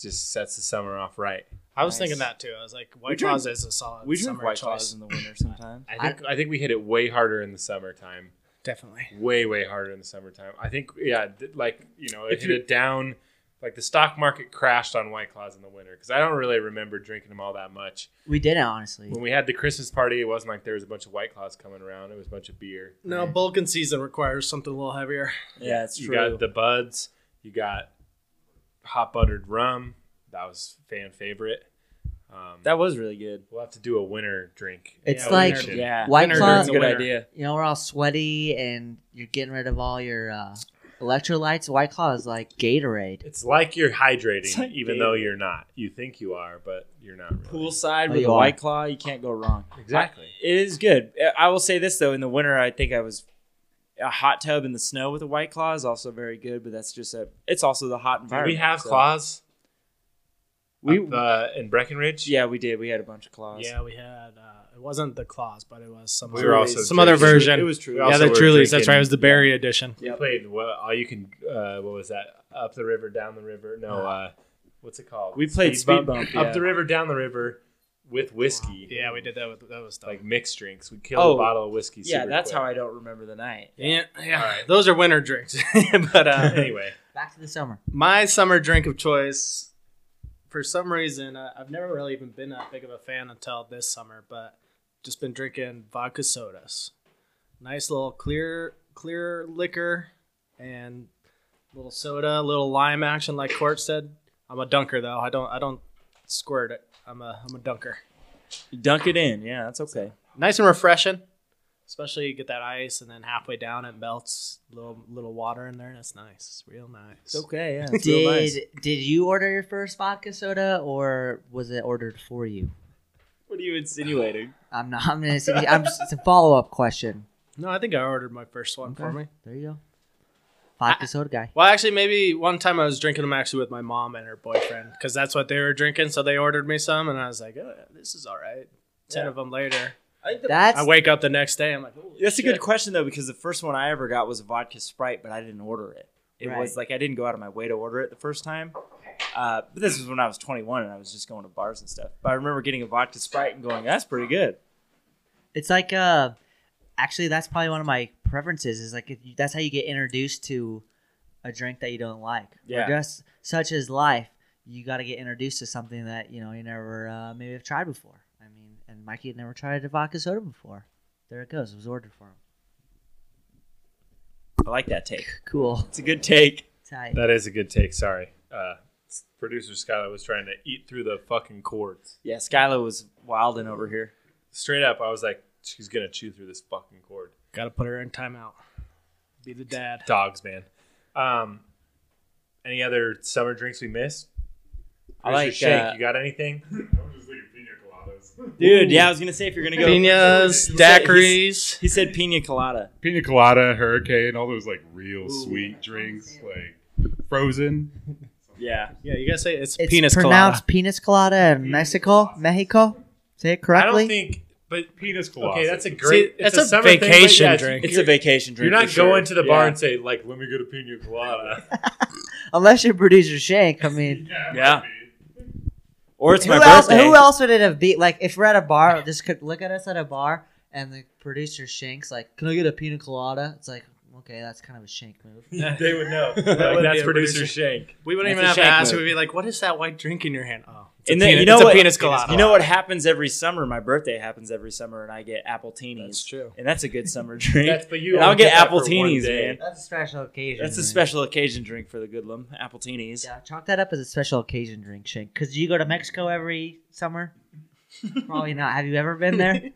S2: just sets the summer off right.
S4: I was
S5: Nice.
S4: thinking that too. I was like, White
S5: drink-
S4: Claws is a solid
S5: we drink
S4: summer
S5: white
S4: choice.
S5: claws in the
S2: [laughs]
S5: winter sometimes.
S2: I think I think we hit it way harder in the summertime.
S4: Definitely.
S2: way way harder in the summertime. I think yeah, th- like you know, it hit it down. Like the stock market crashed on White Claws in the winter because I don't really remember drinking them all that much.
S1: We didn't honestly.
S5: Mm.
S2: When we had the Christmas party, it wasn't like there was a bunch of White Claws coming around. It was a bunch of beer.
S4: No, bulking season requires something a little heavier.
S5: Yeah, it's
S2: you
S5: true.
S2: got the buds. You got hot buttered rum. That was fan favorite. Um,
S5: that was really good.
S2: we'll have to do a winter drink.
S1: It's
S4: Yeah,
S1: like
S2: winter.
S5: Yeah,
S1: White
S5: Winter
S1: Claw-
S5: drink's a good
S2: Winter.
S5: idea.
S1: you know, we're all sweaty and you're getting rid of all your uh, electrolytes. White Claw is like Gatorade.
S2: It's like you're hydrating,
S5: It's like
S2: even though you're not. You think you are, but you're not. Really.
S5: Poolside
S1: Oh,
S5: with
S1: you
S5: a
S1: are.
S5: white claw, you can't go wrong.
S2: Exactly.
S5: It is good. I will say this though: in the winter, I think I was a hot tub in the snow with a white claw is also very good. But that's just a. It's also the hot
S2: Did
S5: environment.
S2: we have
S5: so-
S2: claws?
S5: We
S2: up, uh, in Breckenridge.
S5: yeah, we did. We had a bunch of claws.
S4: Yeah, we had. Uh, it wasn't the claws, but it was some.
S2: We
S4: other-
S2: were also
S4: some other
S2: drinking-
S4: version.
S5: It was true.
S2: We also
S4: yeah, the
S2: were
S4: Trulies. That's
S2: drinking-
S4: right. It was the berry edition.
S2: we played what all you can. Uh, what was that? Up the river, down the river. No, uh, what's it called?
S5: We played Speed Bump, yeah.
S2: Up the river, down the river, with whiskey.
S4: Yeah, we did that. With, that was dumb.
S2: Like mixed drinks. We killed
S5: Oh,
S2: a bottle of whiskey.
S5: Yeah,
S2: super
S5: that's
S2: quick.
S5: how I don't remember the night.
S4: yeah, yeah.
S2: All right.
S4: Those are winter drinks. [laughs]
S2: [laughs]
S4: but uh,
S2: anyway,
S1: Back to the summer.
S4: my summer drink of choice for some reason I, i've never really even been that big of a fan until this summer but just been drinking vodka sodas nice little clear clear liquor and little soda little lime action like court said i'm a dunker though i don't i don't squirt it i'm a i'm a dunker
S5: You dunk it in. Yeah, that's okay.
S4: nice and refreshing especially you get that ice and then halfway down it melts little little water in there and it's nice it's real nice
S5: It's okay. Yeah. It's real nice.
S1: Did did you order your first vodka soda or was it ordered for you?
S5: What are you insinuating?
S1: I'm not. I'm gonna. say- I'm just, it's a follow up question.
S4: No, I think I ordered my first one for
S1: Okay.
S4: me.
S1: There you go. Vodka soda guy.
S4: Well, actually, maybe one time I was drinking them actually with my mom and her boyfriend because that's what they were drinking. So they ordered me some, and I was like, oh, this is all right. Ten
S5: Yeah.
S4: of them later,
S5: I think the
S1: That's
S4: I wake up the next day. I'm like, "Holy
S5: That's a
S4: shit."
S5: good question though, because the first one I ever got was a vodka sprite, but I didn't order it. It was
S1: Right.
S5: like I didn't go out of my way to order it the first time. Uh, but this was when I was 21 and I was just going to bars and stuff. But I remember getting a vodka sprite and going, "That's pretty good."
S1: It's like uh, actually, that's probably one of my preferences. Is like if you, that's how you get introduced to a drink that you don't like. Or
S5: Yeah.
S1: just such as life, you got to get introduced to something that you know you never uh, maybe have tried before. I mean, and Mikey had never tried a vodka soda before. There it goes. It was ordered for him.
S5: I like that take.
S1: Cool.
S5: It's a good take.
S1: Tight.
S2: That is a good take. Sorry. Uh, s- producer Skylar was trying to eat through the fucking cords.
S5: Yeah, Skylar was wilding over here.
S2: Straight up, I was like, she's going to chew through this fucking cord.
S4: Gotta put her in timeout. Be the dad.
S2: Dogs, man. Um, any other summer drinks we missed?
S5: I
S2: Producer
S5: like,
S2: shake.
S5: uh,
S2: you got
S5: [laughs]
S2: anything?
S5: Dude, yeah, I was gonna say if you're gonna go,
S4: Pinas, daiquiris.
S5: he said pina colada.
S6: Pina colada, hurricane, all those like real sweet drinks, like frozen.
S5: Yeah,
S4: Yeah, you gotta say it's,
S1: It's
S4: penis
S1: pronounced penis colada in Mexico, Mexico. Say it
S2: I
S1: correctly.
S2: don't think, but
S6: Pina's colada.
S2: okay, that's a
S4: colada. See,
S2: great.
S4: that's
S2: a,
S4: a,
S2: summer thing, but
S4: vacation
S2: yeah, it's-
S4: drink.
S5: it's a vacation drink.
S2: You're not
S5: for sure.
S2: going to the bar
S5: Yeah.
S2: and say like, "Let me get a pina
S5: [laughs]
S2: colada."
S1: Unless you're producer Shank. I mean,
S5: Yeah. Or it's
S1: who
S5: my
S1: else?
S5: birthday.
S1: Who else would it have be? Like, if we're at a bar, just could look at us at a bar, and the producer Shank's like, "Can I get a pina colada?" It's like, okay, that's kind of a Shank
S5: [laughs]
S1: move.
S4: [laughs]
S2: they would know. Like,
S4: That would be
S2: that's
S4: a
S2: producer
S4: producer.
S2: Shank.
S4: We wouldn't
S5: That's
S4: even
S5: a
S4: have to
S5: shank
S4: ask.
S5: move.
S4: We'd be like, "What is that white drink in your hand?" Oh, it's
S5: And
S4: a,
S5: then
S4: pina-
S5: you know
S4: it's a
S5: what?
S4: penis colada.
S5: You know what happens every summer? My birthday happens every summer, and I get apple teenies.
S4: That's true.
S5: And that's a good summer [laughs] drink.
S2: That's but you.
S5: And I'll
S2: only
S5: get
S2: that
S5: apple
S2: for one
S5: teenies,
S2: day.
S5: man.
S1: That's a special occasion.
S5: that's a
S1: man.
S5: special occasion drink for the Goodlum. Apple teenies.
S1: Yeah, chalk that up as a special occasion drink, Shank. Because you go to Mexico every
S5: [laughs]
S1: summer. Probably not. Have you ever been there? [laughs]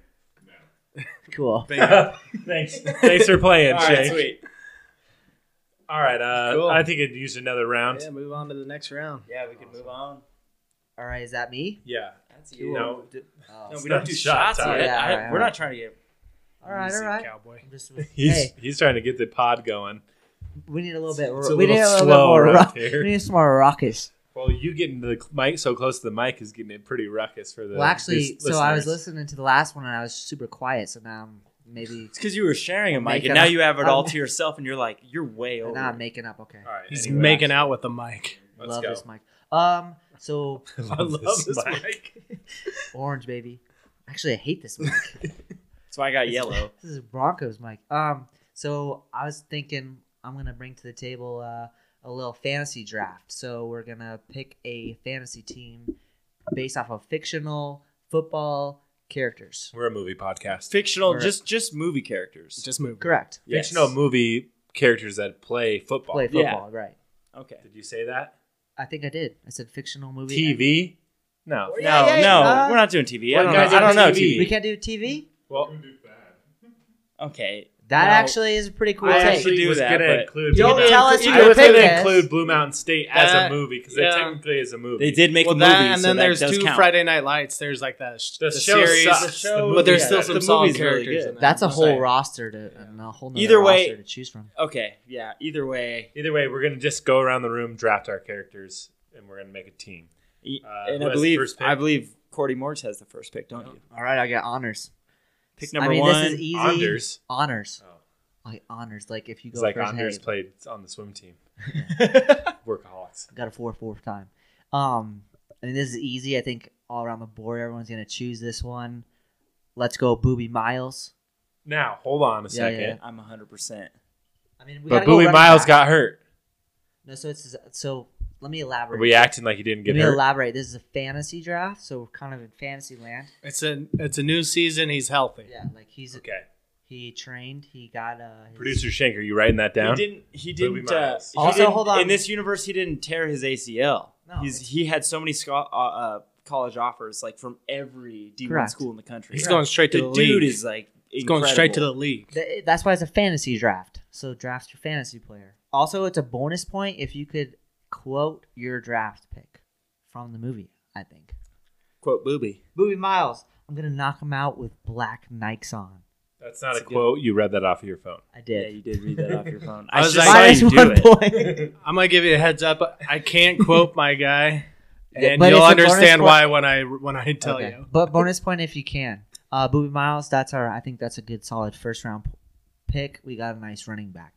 S1: no. Cool.
S5: [laughs]
S2: [laughs] Thanks. Thanks for playing,
S5: All
S2: Shank.
S5: right, sweet.
S2: All right. Uh,
S4: Cool.
S2: I think it used another round.
S4: Yeah, move on to the next round.
S5: Yeah, we can move on.
S1: All right, is that me?
S2: Yeah.
S5: That's
S2: you. No.
S1: [laughs] Oh.
S5: No,
S2: It's
S5: we don't
S2: not
S5: do
S2: shot
S5: shots
S2: time.
S5: yet.
S1: Yeah, all
S5: I-
S1: right, all
S5: we're
S1: right.
S5: not trying to get.
S1: All right, all
S4: Easy
S1: right.
S4: Cowboy.
S1: I'm
S5: [laughs]
S1: just-
S2: He's
S1: hey,
S2: he's trying to get the pod going.
S1: we need a little bit.
S2: It's a
S1: we
S2: little
S1: need a little bit
S2: slow
S1: more.
S2: around
S1: rock-
S2: here.
S1: we need some more raucous.
S2: Well, you getting the mic so close to the mic is getting it pretty ruckus for the.
S1: Well, actually,
S2: these
S1: so I was
S2: listeners.
S1: listening to the last one and I was super quiet. So now I'm
S2: [laughs]
S1: maybe
S5: It's because you were sharing a mic,
S1: making
S5: and now
S1: up-
S5: you have it all
S1: I'm-
S5: to yourself, and you're like, you're way over.
S1: now I'm
S5: it.
S1: making up. Okay,
S2: All right,
S4: He's
S2: anyway.
S4: making out with the mic.
S2: Let's
S1: love
S2: go.
S1: this mic. Um, so
S2: [laughs] I love this, mic.
S1: orange baby. Actually, I hate this mic.
S2: [laughs]
S5: That's why I
S1: [laughs]
S5: got yellow.
S1: this is Broncos mic. Um, so I was thinking I'm gonna bring to the table uh, a little fantasy draft. So we're gonna pick a fantasy team based off of fictional football characters.
S2: We're a movie podcast.
S5: Fictional,
S1: Or-
S5: just just movie characters.
S4: Just move.
S1: Correct.
S5: Yes.
S2: Fictional movie characters that play football.
S1: Play
S5: Yeah.
S1: football, right?
S5: Okay.
S2: Did you say that?
S1: I think I did. I said fictional movie.
S2: TV? No.
S5: No,
S1: Yeah, Uh, yeah,
S5: no,
S1: yeah.
S5: we're not doing TV.
S2: Well,
S5: I don't
S2: guys,
S5: know. I don't know
S2: TV.
S5: TV.
S1: We can't do TV.
S2: Well,
S5: Okay.
S1: That
S5: No.
S1: actually is a pretty cool
S2: I
S1: take.
S2: actually
S5: do
S2: was
S5: that,
S2: gonna
S5: but-
S2: include.
S1: Don't
S2: Blue Mountain-
S1: tell us you
S2: I was
S1: picked
S2: gonna
S1: this.
S2: include Blue Mountain State as
S4: That-
S2: a movie because it
S4: yeah.
S2: technically is a movie.
S5: They did make
S4: Well,
S5: a movie,
S4: that and
S5: so
S4: then
S5: that
S4: there's
S5: does
S4: two
S5: count.
S4: Friday Night Lights. There's like that sh-
S2: The
S4: the,
S2: show
S4: series,
S2: sucks.
S4: the
S2: The
S4: show,
S2: movie
S4: but there's still
S2: sucks.
S4: some
S5: The
S4: solid
S5: movie's really
S4: characters.
S5: good.
S4: in there.
S1: That's a
S4: I'm
S1: whole
S4: saying.
S1: roster to and a whole nother
S5: Either way-
S1: roster to choose from.
S5: Okay, yeah. Either way,
S2: Either way, we're gonna just go around the room, draft our characters, and we're gonna make a team.
S5: y-
S2: Uh,
S5: and
S2: who has the
S5: I believe
S2: first pick?
S5: I believe Cordy Morgs has the first pick, don't you?
S1: All right, I got honors.
S5: Pick number
S1: I mean,
S5: one.
S1: this is easy.
S2: Anders.
S1: Honors.
S2: Oh.
S1: Like honors. Like if you go
S2: It's like
S1: first,
S2: Anders
S1: hey,
S2: played on the
S1: [laughs]
S2: swim team. Workaholics.
S1: I got a four fourth time. Um, I mean, this is easy. I think all around the board, everyone's gonna choose this one. Let's go, Booby Miles.
S2: Now, hold on
S1: Yeah, yeah,
S2: a second.
S1: yeah.
S5: I'm 100. percent
S1: I mean, we
S2: But
S1: gotta go
S2: Bowie
S1: running
S2: Miles
S1: back.
S2: got hurt.
S1: no. So it's so. Let me
S2: Are
S1: elaborate.
S2: we acting like he didn't
S1: let
S2: get
S1: me
S2: hurt?
S1: elaborate. This is a fantasy draft, so we're kind of in fantasy land.
S4: It's a it's a new season. He's healthy.
S1: Yeah, like he's
S2: Okay.
S1: he trained. He got uh, his,
S2: Producer Shank, are you writing that down?
S5: He didn't. He
S2: Booby
S5: didn't. Uh,
S2: Miles.
S5: he
S1: Also,
S5: didn't-
S1: hold on.
S5: In this universe, he didn't tear his ACL.
S1: No,
S5: He's
S1: it's-
S5: he had so many sco- uh, uh, college offers, like from every D1
S1: Correct.
S5: school in the country.
S4: He's going straight to
S5: the
S4: the,
S5: dude
S4: league.
S5: is like.
S4: he's going straight to the league.
S1: Th- That's why it's a fantasy draft. So draft your fantasy player. Also, it's a bonus point if you could quote your draft pick from the movie. I think.
S5: quote booby.
S1: Booby Miles, I'm gonna knock him out with black Nikes on.
S2: That's not a
S5: It's a good-
S2: quote. You read that off of your phone.
S1: I
S5: Yeah,
S1: did.
S5: you did read that off your phone.
S4: I was
S5: should
S4: like-
S5: saw
S1: Minus
S5: you do
S1: one
S5: it.
S1: point.
S4: I'm gonna give you a heads up. I
S1: [laughs]
S4: can't quote my guy,
S1: Yeah,
S4: and
S1: but
S4: you'll
S1: it's a bonus
S4: understand
S1: point.
S4: why when I when I [laughs] tell
S1: Okay.
S4: you.
S1: But bonus point if you can. Uh, Booby Miles, that's our. I think that's a good solid first round p- pick. We got a nice running back.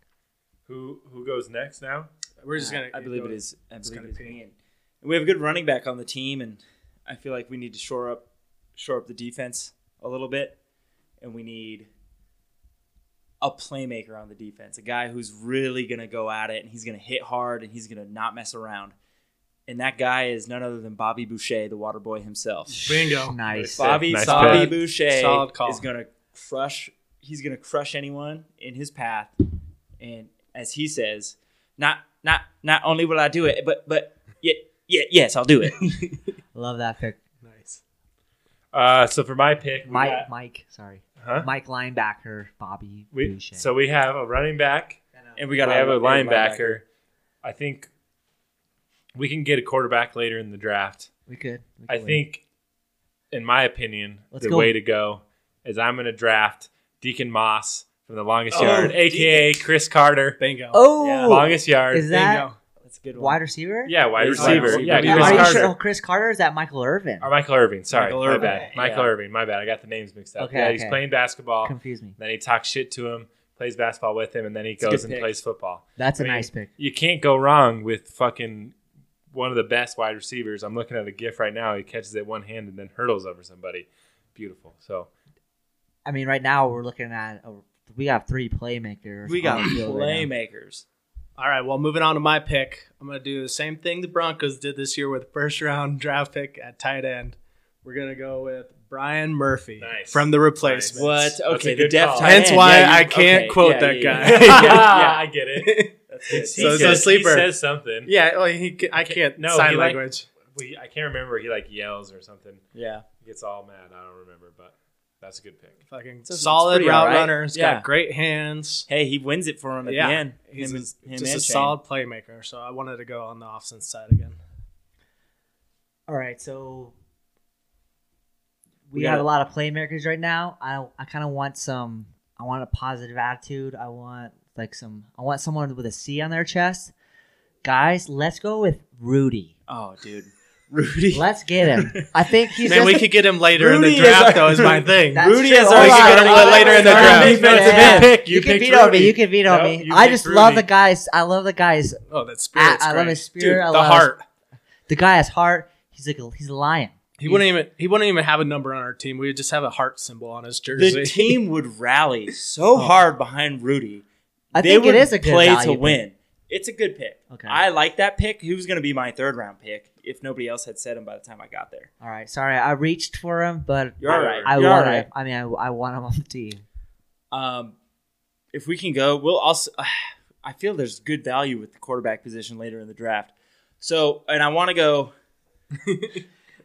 S2: Who who goes next now?
S4: We're just
S5: Uh,
S4: gonna.
S5: I believe it is. I believe
S4: gonna
S5: it is.
S4: be-
S5: Ian. And we have a good running back on the team, and I feel like we need to shore up, shore up the defense a little bit, and we need a playmaker on the defense, a guy who's really gonna go at it, and he's gonna hit hard, and he's gonna not mess around. And that guy is none other than Bobby Boucher, the water boy himself.
S4: Bingo.
S1: Nice.
S5: Bobby,
S2: Nice
S5: Bobby
S4: pick.
S5: Boucher
S4: Solid call.
S5: is gonna crush. He's gonna crush anyone in his path, and as he says, not not not only will I do it, but but yeah yeah yes
S4: [laughs]
S5: I'll do it.
S1: Love that pick.
S4: Nice.
S2: Uh, so for my pick, we
S1: Mike,
S2: got-
S1: Mike, sorry,
S2: huh?
S1: Mike linebacker Bobby
S2: We-
S1: Boucher.
S2: so we have a running back.
S5: and we got
S2: we have a linebacker. I think we can get a quarterback later in the draft.
S1: we could. we
S2: I
S1: could
S2: think, in my opinion,
S1: Let's
S2: the
S1: go.
S2: way to go is I'm going to draft Deacon Moss from the longest
S5: Oh,
S2: yard, aka Chris Carter,
S4: Bingo.
S1: win. Oh,
S5: Yeah.
S2: longest yard.
S1: is that
S4: Bingo.
S5: That's a good one.
S1: wide receiver?
S2: yeah, wide
S5: Wide
S2: receiver.
S5: receiver.
S2: Yeah,
S5: Yeah,
S1: Are
S2: Chris
S1: you
S2: Carter.
S1: sure? Oh, Chris Carter is that Michael Irvin?
S2: Or Michael Irving. Sorry,
S4: Michael
S2: my
S4: Irvin.
S2: bad. Michael
S5: Yeah.
S2: Irving. My bad. I got the names mixed up.
S1: Okay,
S2: yeah, he's
S1: okay.
S2: playing basketball.
S1: Confuse me.
S2: Then he talks shit to him, plays basketball with him, and then he
S5: a
S2: goes
S5: good
S2: and
S5: pick.
S2: plays football.
S1: That's a
S2: I mean,
S1: nice pick.
S2: You can't go wrong with fucking one of the best wide receivers. I'm looking at a gif right now. He catches it one hand and then hurdles over somebody. Beautiful. So
S1: I mean, right now we're looking at a, we have three playmakers.
S4: We got
S1: on the field right now.
S5: playmakers.
S4: All right. Well, moving on to my pick. I'm gonna do the same thing the Broncos did this year with first round [laughs] draft pick at tight end. We're gonna go with Brian Murphy
S2: Nice.
S4: from the replacements.
S2: Nice.
S5: What?
S2: That's a
S5: Okay, the
S2: good
S5: deaf.
S2: call.
S5: tight
S4: Hence
S5: end.
S4: why
S5: Yeah,
S4: I
S5: you-
S4: can't
S5: okay,
S4: quote
S5: yeah,
S4: that
S5: yeah,
S4: guy.
S5: yeah.
S4: [laughs]
S2: yeah, [laughs] yeah, I get it.
S5: [laughs] That's good.
S4: So it's a sleeper.
S2: He says something.
S4: Yeah. Well, he ca- I can't
S2: No,
S4: sign
S2: he, like-
S4: language.
S2: We, I can't remember. He like yells or something.
S5: yeah.
S2: He gets all mad. I don't remember, but that's a good pick.
S4: Fucking
S5: it's
S4: solid
S5: pretty
S4: route
S5: alright.
S4: runner. He's
S5: Yeah.
S4: got great hands.
S5: Hey, he wins it for him at
S4: Yeah.
S5: the end.
S4: He's
S5: Him
S4: a-
S5: and- him
S4: just a
S5: and Shane.
S4: solid playmaker. So I wanted to go on the offense side again.
S1: All right, so we,
S5: We
S1: have
S5: gotta-
S1: a lot of playmakers right now. I I kind of want some. I want a positive attitude. I want like some. I want someone with a C on their chest. Guys, let's go with Rudy.
S5: Oh, dude, Rudy.
S1: Let's get him. I think he's.
S4: Man,
S1: just
S4: we
S1: a-
S4: could get him later in
S5: Rudy
S4: the
S5: is
S4: draft,
S5: our-
S4: though, is
S5: [laughs]
S4: my thing.
S1: That's
S5: Rudy
S1: true.
S5: is
S1: Hold
S5: already
S1: on.
S5: getting a little
S1: Hold
S5: later
S1: on.
S5: in the
S1: Hold
S5: draft.
S1: on.
S5: Defensive
S1: Yeah.
S5: end pick. You
S1: You can
S5: picked
S1: veto on me.
S5: Rudy.
S1: You can veto on
S2: No,
S1: me.
S2: you
S1: I
S2: picked
S1: just love
S2: Rudy.
S1: the guys. I love the guys.
S4: Oh, that
S1: I,
S4: spirit's
S1: I love
S4: great.
S1: his
S4: Dude,
S1: spirit. I
S4: the
S1: love his-
S4: heart.
S1: the guy has heart. He's like a, he's a lion.
S4: He wouldn't even he wouldn't even have a number on our team. We would just have a heart symbol on his jersey. [laughs]
S5: the team would rally so hard behind Rudy.
S1: I
S5: they
S1: think
S5: would
S1: it is a good
S5: play
S1: value
S5: to
S1: pick.
S5: win. It's a good pick.
S1: Okay.
S5: I like that pick. He was going to be my third round pick if nobody else had said him by the time I got there.
S1: All right, sorry, I reached for him, but
S5: You're all right.
S1: I
S5: You're all
S1: want
S5: right.
S1: him. I mean, I, I want him on the team.
S5: Um, if we can go, we'll also. [sighs] I feel there's good value with the quarterback position later in the draft. So, and I want to go.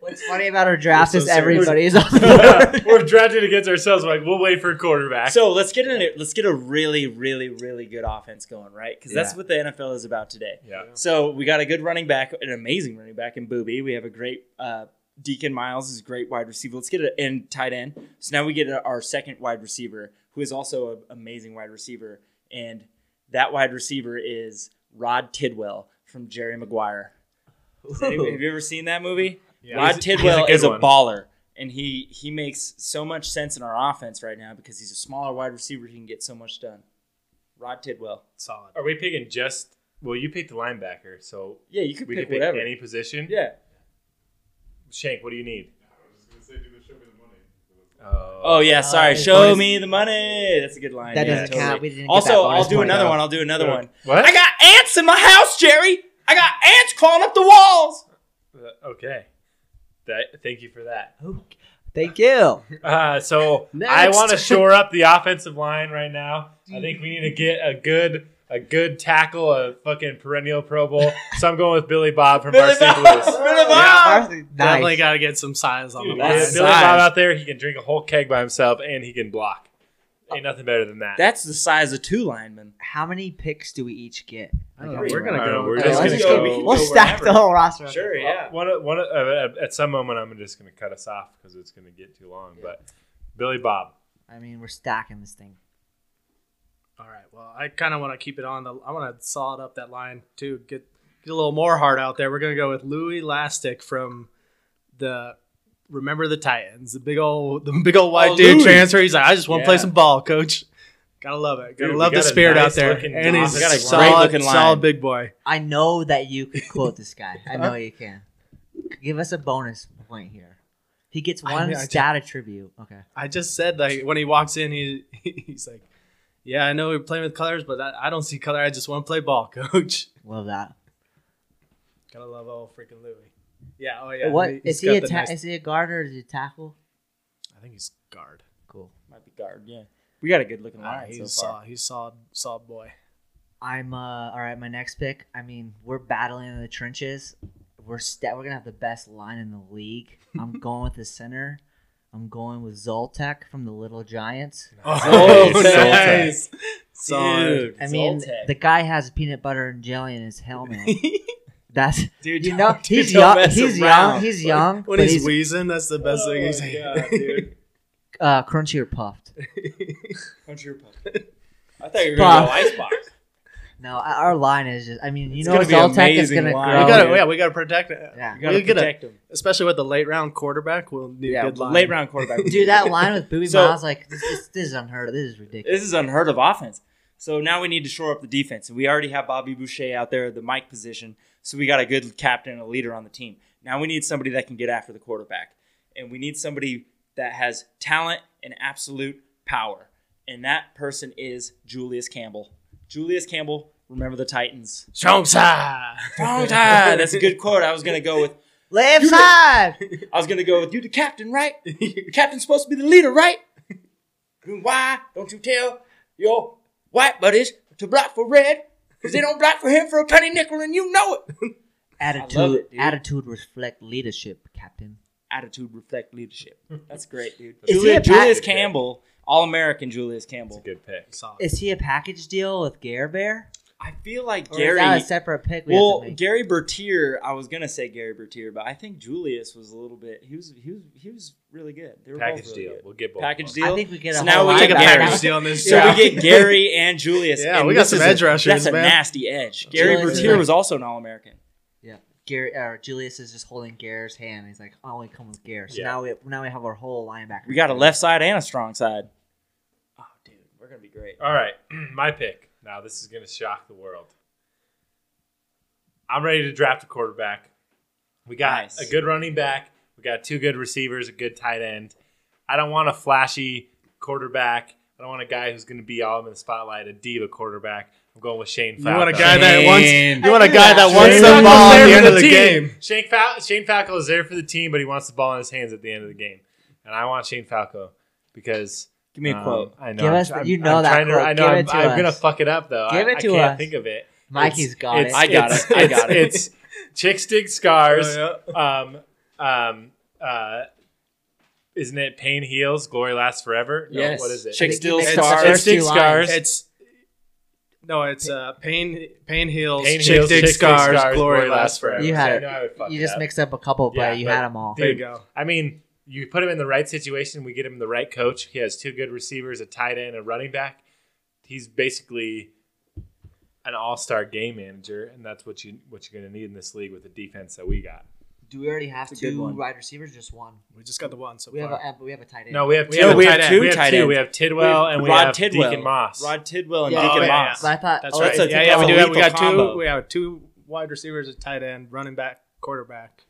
S1: What's funny about our draft
S4: We're so
S1: is everybody's on the board.
S5: [laughs]
S2: We're drafting against ourselves. We're like we'll wait for a quarterback.
S5: So let's get in it. Let's get a really, really, really good offense going, right? Because that's
S1: Yeah.
S5: what the NFL is about today.
S2: yeah.
S5: So we got a good running back, an amazing running back in Booby. We have a great uh, Deacon Miles is a great wide receiver. Let's get it in tight end. So now we get our second wide receiver, who is also an amazing wide receiver, and that wide receiver is Rod Tidwell from Jerry Maguire. Has anybody- Have you ever seen that movie?
S4: Yeah.
S5: Rod
S2: He's- he's a
S5: Tidwell
S2: good
S5: is a
S2: one.
S5: baller, and he he makes so much sense in our offense right now because he's a smaller wide receiver. He can get so much done. Rod Tidwell.
S4: solid.
S2: Are we picking just? Well, you picked the linebacker, so
S5: Yeah, you can
S2: we
S5: pick
S2: can pick
S5: whatever.
S2: any position.
S5: yeah.
S2: Shank, what do you need?
S5: Oh yeah, sorry.
S1: Uh,
S5: Show
S1: bonus-
S5: me the money. That's a good line.
S1: That
S5: Yeah,
S1: doesn't count. We didn't get
S5: also,
S1: that bonus
S5: I'll do
S1: point,
S5: another
S1: though.
S5: one. I'll do another one.
S2: What?
S5: I got ants in my house, Jerry. I got ants crawling up the walls.
S2: Uh, okay. That, thank you for that.
S1: Okay. Thank you.
S2: Uh, so I
S1: Next.
S2: want to shore up
S5: [laughs]
S2: the offensive line right now. I think we need to get a good a good tackle, a fucking perennial Pro Bowl. so I'm going with Billy Bob from
S5: Billy
S2: Varsity
S5: Bob.
S2: Blues.
S5: Billy Bob.
S1: Nice.
S4: Definitely got to get some size on the
S2: Dude,
S4: line.
S2: Billy
S5: Nice.
S2: Bob out there, he can drink a whole keg by himself and he can block. Ain't nothing better than that.
S5: That's the size of two linemen.
S1: How many picks do we each get?
S4: I don't know.
S1: Like,
S4: We're
S2: I
S4: gonna
S2: don't
S4: go.
S2: know, we're
S1: Okay, let's
S2: just gonna
S1: just
S2: go.
S1: go.
S2: We can
S1: We'll
S5: go
S1: stack
S5: wherever.
S1: the whole roster.
S5: Sure, yeah.
S2: One, one, uh, at some moment, I'm just going to cut us off because it's going to get too long. But Billy Bob,
S1: I mean, we're stacking this thing.
S4: All right. Well, I kind of want to keep it on the. I want to solid up that line too. Get get a little more hard out there. We're gonna go with Louis Lastic from the Remember the Titans. The big old the big old white
S6: Oh,
S4: dude
S6: Louis.
S4: transfer. He's like, I just want to play
S5: Yeah.
S4: some ball, coach. Gotta love it. Gotta
S2: Dude, we
S4: love the
S2: got a
S4: spirit out
S2: nice
S4: there.
S2: looking
S4: And he's
S2: line. We
S5: got a great
S4: solid,
S5: looking line.
S4: solid big boy.
S1: I know that you could quote this guy. I know you can. Give us a bonus point here. He gets
S4: I
S1: one
S4: mean, I ju-
S1: stat attribute. Okay.
S4: I just said like when he walks in, he [laughs] he's like, yeah, I know we're playing with colors, but I, I don't see color. I just want to play ball, [laughs] coach.
S1: Love that.
S4: Gotta love old freaking Louis. Yeah. Oh yeah.
S1: what
S4: he- he's
S1: is he?
S4: got
S1: A
S4: the
S1: ta-
S4: nice-
S1: Is he a guard or is he a tackle?
S4: I think he's guard.
S1: Cool.
S5: Might be guard. Yeah, we got a good looking
S4: Ah,
S5: line
S4: he's
S5: so far. [laughs]
S4: solid. He's solid. Solid boy.
S1: I'm uh all right. My next pick. I mean, we're battling in the trenches. We're sta- we're gonna have the best line in the
S4: [laughs]
S1: league. I'm going with the center. I'm going with Zoltek from the Little Giants.
S4: [laughs] Oh,
S5: nice.
S4: Solid.
S5: Dude,
S1: I mean,
S5: Zoltek.
S1: the guy has peanut butter and jelly in his
S4: [laughs]
S1: helmet. That's
S5: dude,
S1: you
S5: [laughs]
S1: know
S5: don't-
S1: he's
S5: dude,
S1: young.
S5: don't mess
S1: He's
S5: around. Oh,
S1: young. He's young.
S4: When
S1: but
S4: he's,
S1: he's
S4: wheezing, that's the best thing he's [laughs]
S5: dude.
S1: uh, crunchy or puffed. [laughs]
S5: I thought you were gonna go
S1: Fuck.
S5: icebox.
S1: No, I- our line is just. I mean, you
S5: It's
S1: know,
S5: gonna be an
S1: Zoltek is
S5: amazing
S1: gonna
S5: line.
S1: grow.
S4: we
S5: Oh,
S4: gotta,
S5: dude.
S4: yeah, we gotta protect it.
S1: Um, Yeah.
S5: You gotta
S4: We gotta-
S5: protect him.
S4: Especially with the late round quarterback, we'll need
S5: Yeah,
S4: a good line.
S5: late round quarterback.
S1: Dude, that line with Booby
S5: [laughs] So-
S1: Miles, like, this, this, this is unheard of. This is ridiculous.
S5: This is unheard of offense. So now we need to shore up the defense. And we already have Bobby Boucher out there at the mic position. So we got a good captain and a leader on the team. Now we need somebody that can get after the quarterback. And we need somebody that has talent and absolute power. And that person is Julius Campbell. Julius Campbell, remember the Titans.
S4: Strong side.
S5: Strong tie. [laughs] That's a good quote. I was gonna go with
S1: Left side!
S5: [laughs] I was gonna go with you the captain, right? [laughs] The captain's supposed to be the leader, right? [laughs] Then Why don't you tell your white buddies to block for red? Because they don't block for him for a penny nickel and you know it.
S1: Attitude,
S5: it, dude.
S1: attitude reflect leadership, Captain.
S5: Attitude reflect leadership. That's great, dude.
S1: Is he
S5: Julia-
S1: a pa-
S5: Julius Campbell, all American Julius
S2: It's a
S5: Campbell.
S2: good pick.
S4: Solid.
S1: Is he a package deal with Gare Bear?
S5: I feel like
S1: Or is that
S5: Gary
S1: a separate pick we
S5: Well,
S1: have to make?
S5: Gary Bertier, I was gonna say Gary Bertier, but I think Julius was a little bit he was he was he was really good. They were both
S2: Package
S5: really
S2: deal.
S5: good.
S2: We'll get both.
S5: Package
S2: of
S5: deal.
S1: I think we get a
S5: So
S1: whole
S4: Oh,
S5: now we
S1: line
S5: take a
S1: back.
S5: package
S4: deal on this.
S5: So
S4: Yeah.
S5: we
S4: [laughs]
S5: get Gary and Julius.
S4: Yeah,
S5: and
S4: we got
S5: this
S4: some
S5: is a-
S4: edge rushers,
S5: That's a
S4: man.
S5: nasty edge. Gary
S1: Julius is
S5: Bertier
S1: a-
S5: was also an All American.
S1: Yeah. Gary, or Julius is just holding Gare's hand. He's like, I only come with Gare. So
S2: Yeah.
S1: now, we, now we have our whole linebacker.
S5: We got a left side and a strong side. Oh, dude, we're gonna be great.
S2: it. All right, [clears throat] my pick. Now this is gonna shock the world. I'm ready to draft a quarterback. We got
S5: Nice.
S2: a good running back. We got two good receivers, a good tight end. I don't want a flashy quarterback. I don't want a guy who's going to be all in the spotlight, a diva quarterback. I'm going with Shane
S4: You
S2: Falco.
S4: want a guy that
S6: Shane.
S4: wants? You want a guy that
S2: Shane
S4: wants the
S2: Falco's
S4: ball at
S2: there
S4: the
S2: for
S4: end of the
S2: team.
S4: game?
S2: Shane, Fal- Shane Falco is there for the team, but he wants the ball in his hands at the end of the game. And I want Shane Falco because
S5: Give me a
S2: um,
S5: quote.
S2: I know
S1: Give
S2: I'm-
S1: us-
S2: I'm-
S1: you know
S2: I'm
S1: that
S2: trying to-
S1: quote.
S2: I know
S1: Give
S2: I'm,
S1: it to
S2: I'm gonna
S1: us.
S2: fuck it up though.
S1: Give
S2: I-
S1: it to
S2: I can't
S1: us.
S2: Think of it.
S1: Mikey's
S2: It's-
S1: got
S2: it's-
S1: it.
S5: I got
S2: it's-
S5: it. I got it.
S2: It's, it's chick stick scars.
S4: Oh,
S2: Um, um, uh, isn't it pain heals, glory lasts forever? No,
S5: Yes.
S2: what is it?
S5: Chick
S1: He
S5: still
S1: mixed up the
S5: scars.
S2: Chick
S1: first
S2: stick
S1: two lines.
S2: scars.
S4: It's no, it's uh, pain. Pain heals.
S2: Pain
S4: chick
S2: heals,
S4: dick
S2: chick stick
S4: scars. Glory lasts forever.
S1: You had
S2: I
S1: it.
S2: knew I would fuck
S1: You
S2: it
S1: just
S2: up.
S1: mixed up a couple, but
S2: Yeah,
S1: you
S2: but-
S1: had them all.
S2: Dude.
S4: There you go.
S2: I mean, you put him in the right situation, we get him the right coach. He has two good receivers, a tight end, a running back. He's basically an all-star game manager, and that's what you what you're going to need in this league with the defense that we got.
S1: Do we already have
S5: It's a good
S1: two
S5: one.
S1: wide receivers? Just one.
S4: We just got the one. So
S1: We have
S4: far.
S1: a uh, we have a tight end.
S2: No, we have
S4: We
S2: two.
S4: have a
S2: we
S4: tight
S2: have
S4: end.
S2: two.
S5: Two
S2: We have
S5: tight
S2: two.
S5: ends.
S2: We have Tidwell and we
S5: Rod
S2: have
S5: Tidwell.
S2: Deacon Moss.
S5: Rod Tidwell and
S1: Yeah,
S5: Deacon
S4: yeah,
S5: Moss.
S1: But I thought
S4: That's
S1: oh,
S4: right.
S5: that's a-
S4: yeah,
S5: that's
S4: yeah, we
S5: a
S4: do have. We
S5: lethal
S4: got
S5: combo.
S4: two. We have two wide receivers, a tight end, running back, quarterback,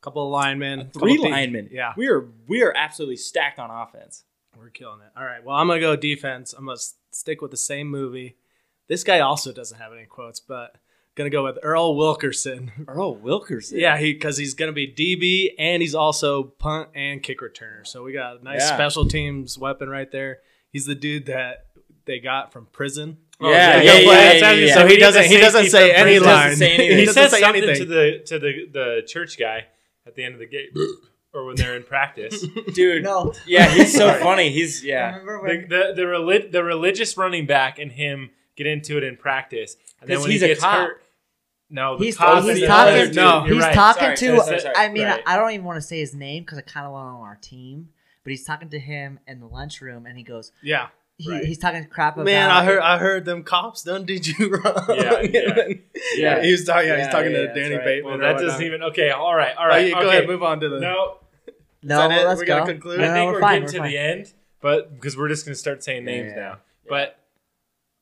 S4: couple of linemen,
S5: Three
S4: couple of de-
S5: linemen.
S4: Yeah,
S5: we are we are absolutely stacked on offense.
S4: we're killing it. All right. Well, I'm gonna go defense. I'm gonna s- stick with the same movie. This guy also doesn't have any quotes, but gonna go with Earl Wilkerson. [laughs]
S5: Earl Wilkerson.
S4: yeah, he because he's gonna be DB and he's also punt and kick returner. So we got a nice
S5: Yeah.
S4: special teams weapon right there. He's the dude that they got from prison.
S5: Yeah, yeah,
S2: yeah,
S5: yeah,
S2: yeah,
S5: yeah,
S2: that's how you say
S5: yeah.
S4: So
S2: we
S4: he
S2: need
S4: doesn't.
S2: the
S4: He doesn't
S2: safety
S4: say
S2: for
S4: any
S2: prison.
S4: line.
S5: Doesn't say
S4: [laughs]
S5: anything.
S4: He
S2: He
S4: doesn't
S2: says
S4: say
S2: something to
S4: anything.
S2: the to the the church guy at the end of the game, or when they're in
S5: [laughs]
S2: practice.
S5: dude.
S1: no.
S5: Yeah,
S1: [laughs]
S5: he's so
S2: Sorry.
S5: funny. He's yeah.
S1: Remember
S2: the
S1: when
S2: the the, reli- the religious running back and him get into it in practice, and then
S5: 'Cause
S2: when
S5: he's
S2: he
S5: a
S2: gets
S5: cop.
S2: hurt, no, the
S1: he's,
S2: cop
S1: he's
S2: is the
S1: talking?
S2: other dude.
S4: No.
S2: You're
S1: he's
S2: right.
S1: talking
S5: Sorry,
S1: to.
S5: sorry, sorry.
S1: I mean,
S2: Right.
S1: I, I don't even want to say his name because I kind of want him on our team. but he's talking to him in the lunchroom, and he goes,
S4: Yeah.
S1: he,
S4: Right.
S1: he's talking crap about.
S4: Man, I heard I heard them cops done did you wrong. [laughs]
S2: Yeah, yeah.
S4: he was talking. Yeah,
S5: Yeah,
S4: he's talking
S5: yeah,
S4: to
S5: that's
S4: Danny
S5: right.
S4: Bateman.
S2: Well,
S4: or
S2: that
S4: whatnot.
S2: doesn't even. Okay. All right. All
S4: Oh,
S2: right.
S4: yeah, Go
S2: okay.
S4: ahead, move on to the.
S2: No,
S1: No,
S4: that it?
S1: let's
S4: We
S1: go.
S4: gotta conclude?
S1: No,
S2: I think
S1: we're
S2: we're,
S1: fine,
S2: getting to
S1: we're
S2: the end, but because we're just gonna start saying names
S1: Yeah.
S2: now. But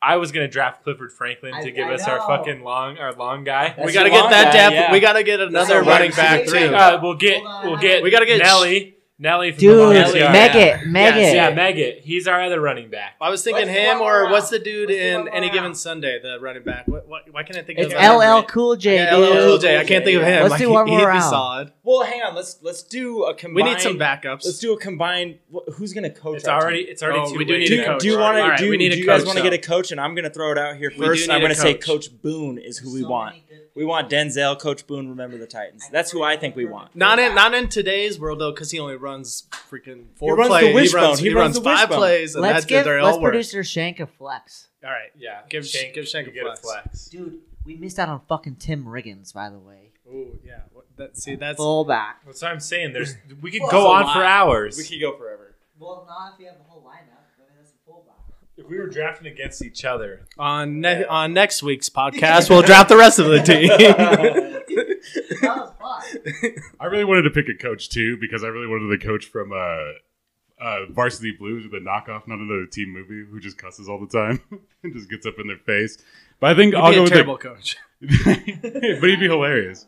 S2: I was gonna draft Clifford Franklin
S1: I-
S2: to give
S1: I
S2: us
S1: know.
S2: our fucking long, our long guy.
S5: That's
S4: we gotta
S5: your
S4: get
S5: long
S4: that
S5: guy,
S4: depth.
S5: yeah.
S4: We gotta get
S1: That's
S4: another
S1: our
S4: running
S1: wide
S4: back
S1: receiver.
S4: too.
S2: Uh, we'll get,
S1: Hold on,
S2: we'll
S1: I
S2: get,
S1: have-
S4: We gotta get-
S2: Nelly, Nelly from
S1: Dude,
S2: the
S5: Yeah.
S1: Meg it, Meg
S2: Yeah,
S1: it.
S2: yeah, Meggett. He's our other running back.
S4: I was thinking
S1: Let's do
S4: him,
S1: one more
S4: or
S1: round.
S4: what's the dude
S1: Let's do
S4: in
S1: one more
S4: Any Given
S1: round.
S4: Sunday, the running back? What, what, why can't I think
S1: It's
S4: of him?
S1: LL Cool J.
S4: Yeah,
S1: dude.
S4: LL Cool J. I can't think of him.
S1: Let's
S4: like,
S1: do one
S4: he-
S1: more
S4: he'd be
S1: round.
S4: solid.
S5: Well, hang on. Let's let's do a combined.
S4: We need some
S5: Let's
S4: backups.
S5: do a combined. wh- Who's gonna coach?
S2: It's
S5: our team?
S2: already, it's already
S4: Oh,
S2: too
S4: we do
S2: late.
S4: need a
S5: Do,
S2: now.
S4: coach.
S5: do you want
S4: All
S5: to
S4: right,
S5: do?
S4: we need
S5: do
S4: a
S5: you guys
S4: coach,
S5: want to
S4: though.
S5: get a coach? And I'm gonna throw it out here
S2: We
S5: first.
S2: do
S5: And I'm
S2: need a
S5: gonna say
S2: coach.
S5: Coach Boone is who we
S1: So
S5: want.
S1: many good-
S5: We want Denzel, Coach Boone. Remember the Titans. That's who I think we want.
S4: Not in not in today's world though, because he only runs freaking four
S5: runs the
S4: plays.
S5: wishbone.
S4: He runs,
S5: He
S4: he
S5: runs
S4: runs
S5: the
S4: five
S5: wishbone.
S4: plays, and
S1: Let's
S4: that's
S1: give
S4: it. They're
S1: let's
S4: all work.
S1: producer Shank a flex,
S4: All right,
S2: Yeah,
S4: Give Shank- give Shank a
S2: you get
S4: flex.
S1: dude. We missed out on fucking Tim Riggins, by the way.
S4: Ooh, yeah. What- That, see, that's
S1: Fullback.
S2: That's what I'm
S1: [laughs]
S2: saying. There's, we could
S1: Well,
S2: go
S1: that's a
S2: on
S5: lot.
S2: for hours.
S5: We could go [laughs] forever.
S1: Well, not if you have the whole lineup. I mean, that's a fullback. [laughs]
S2: if we were drafting against each other,
S4: on ne- on next
S1: [laughs]
S4: week's podcast. We'll draft the rest of the [laughs]
S5: [laughs]
S4: team.
S1: That was fun.
S6: I really wanted to pick a coach too because I really wanted the coach from uh, uh, Varsity Blues, the knockoff, not another team movie, who just cusses all the time [laughs] and just gets up in their face. But I think I'll
S4: He'd
S6: go
S4: be a
S6: with
S4: terrible coach.
S6: [laughs] the, but he'd be hilarious.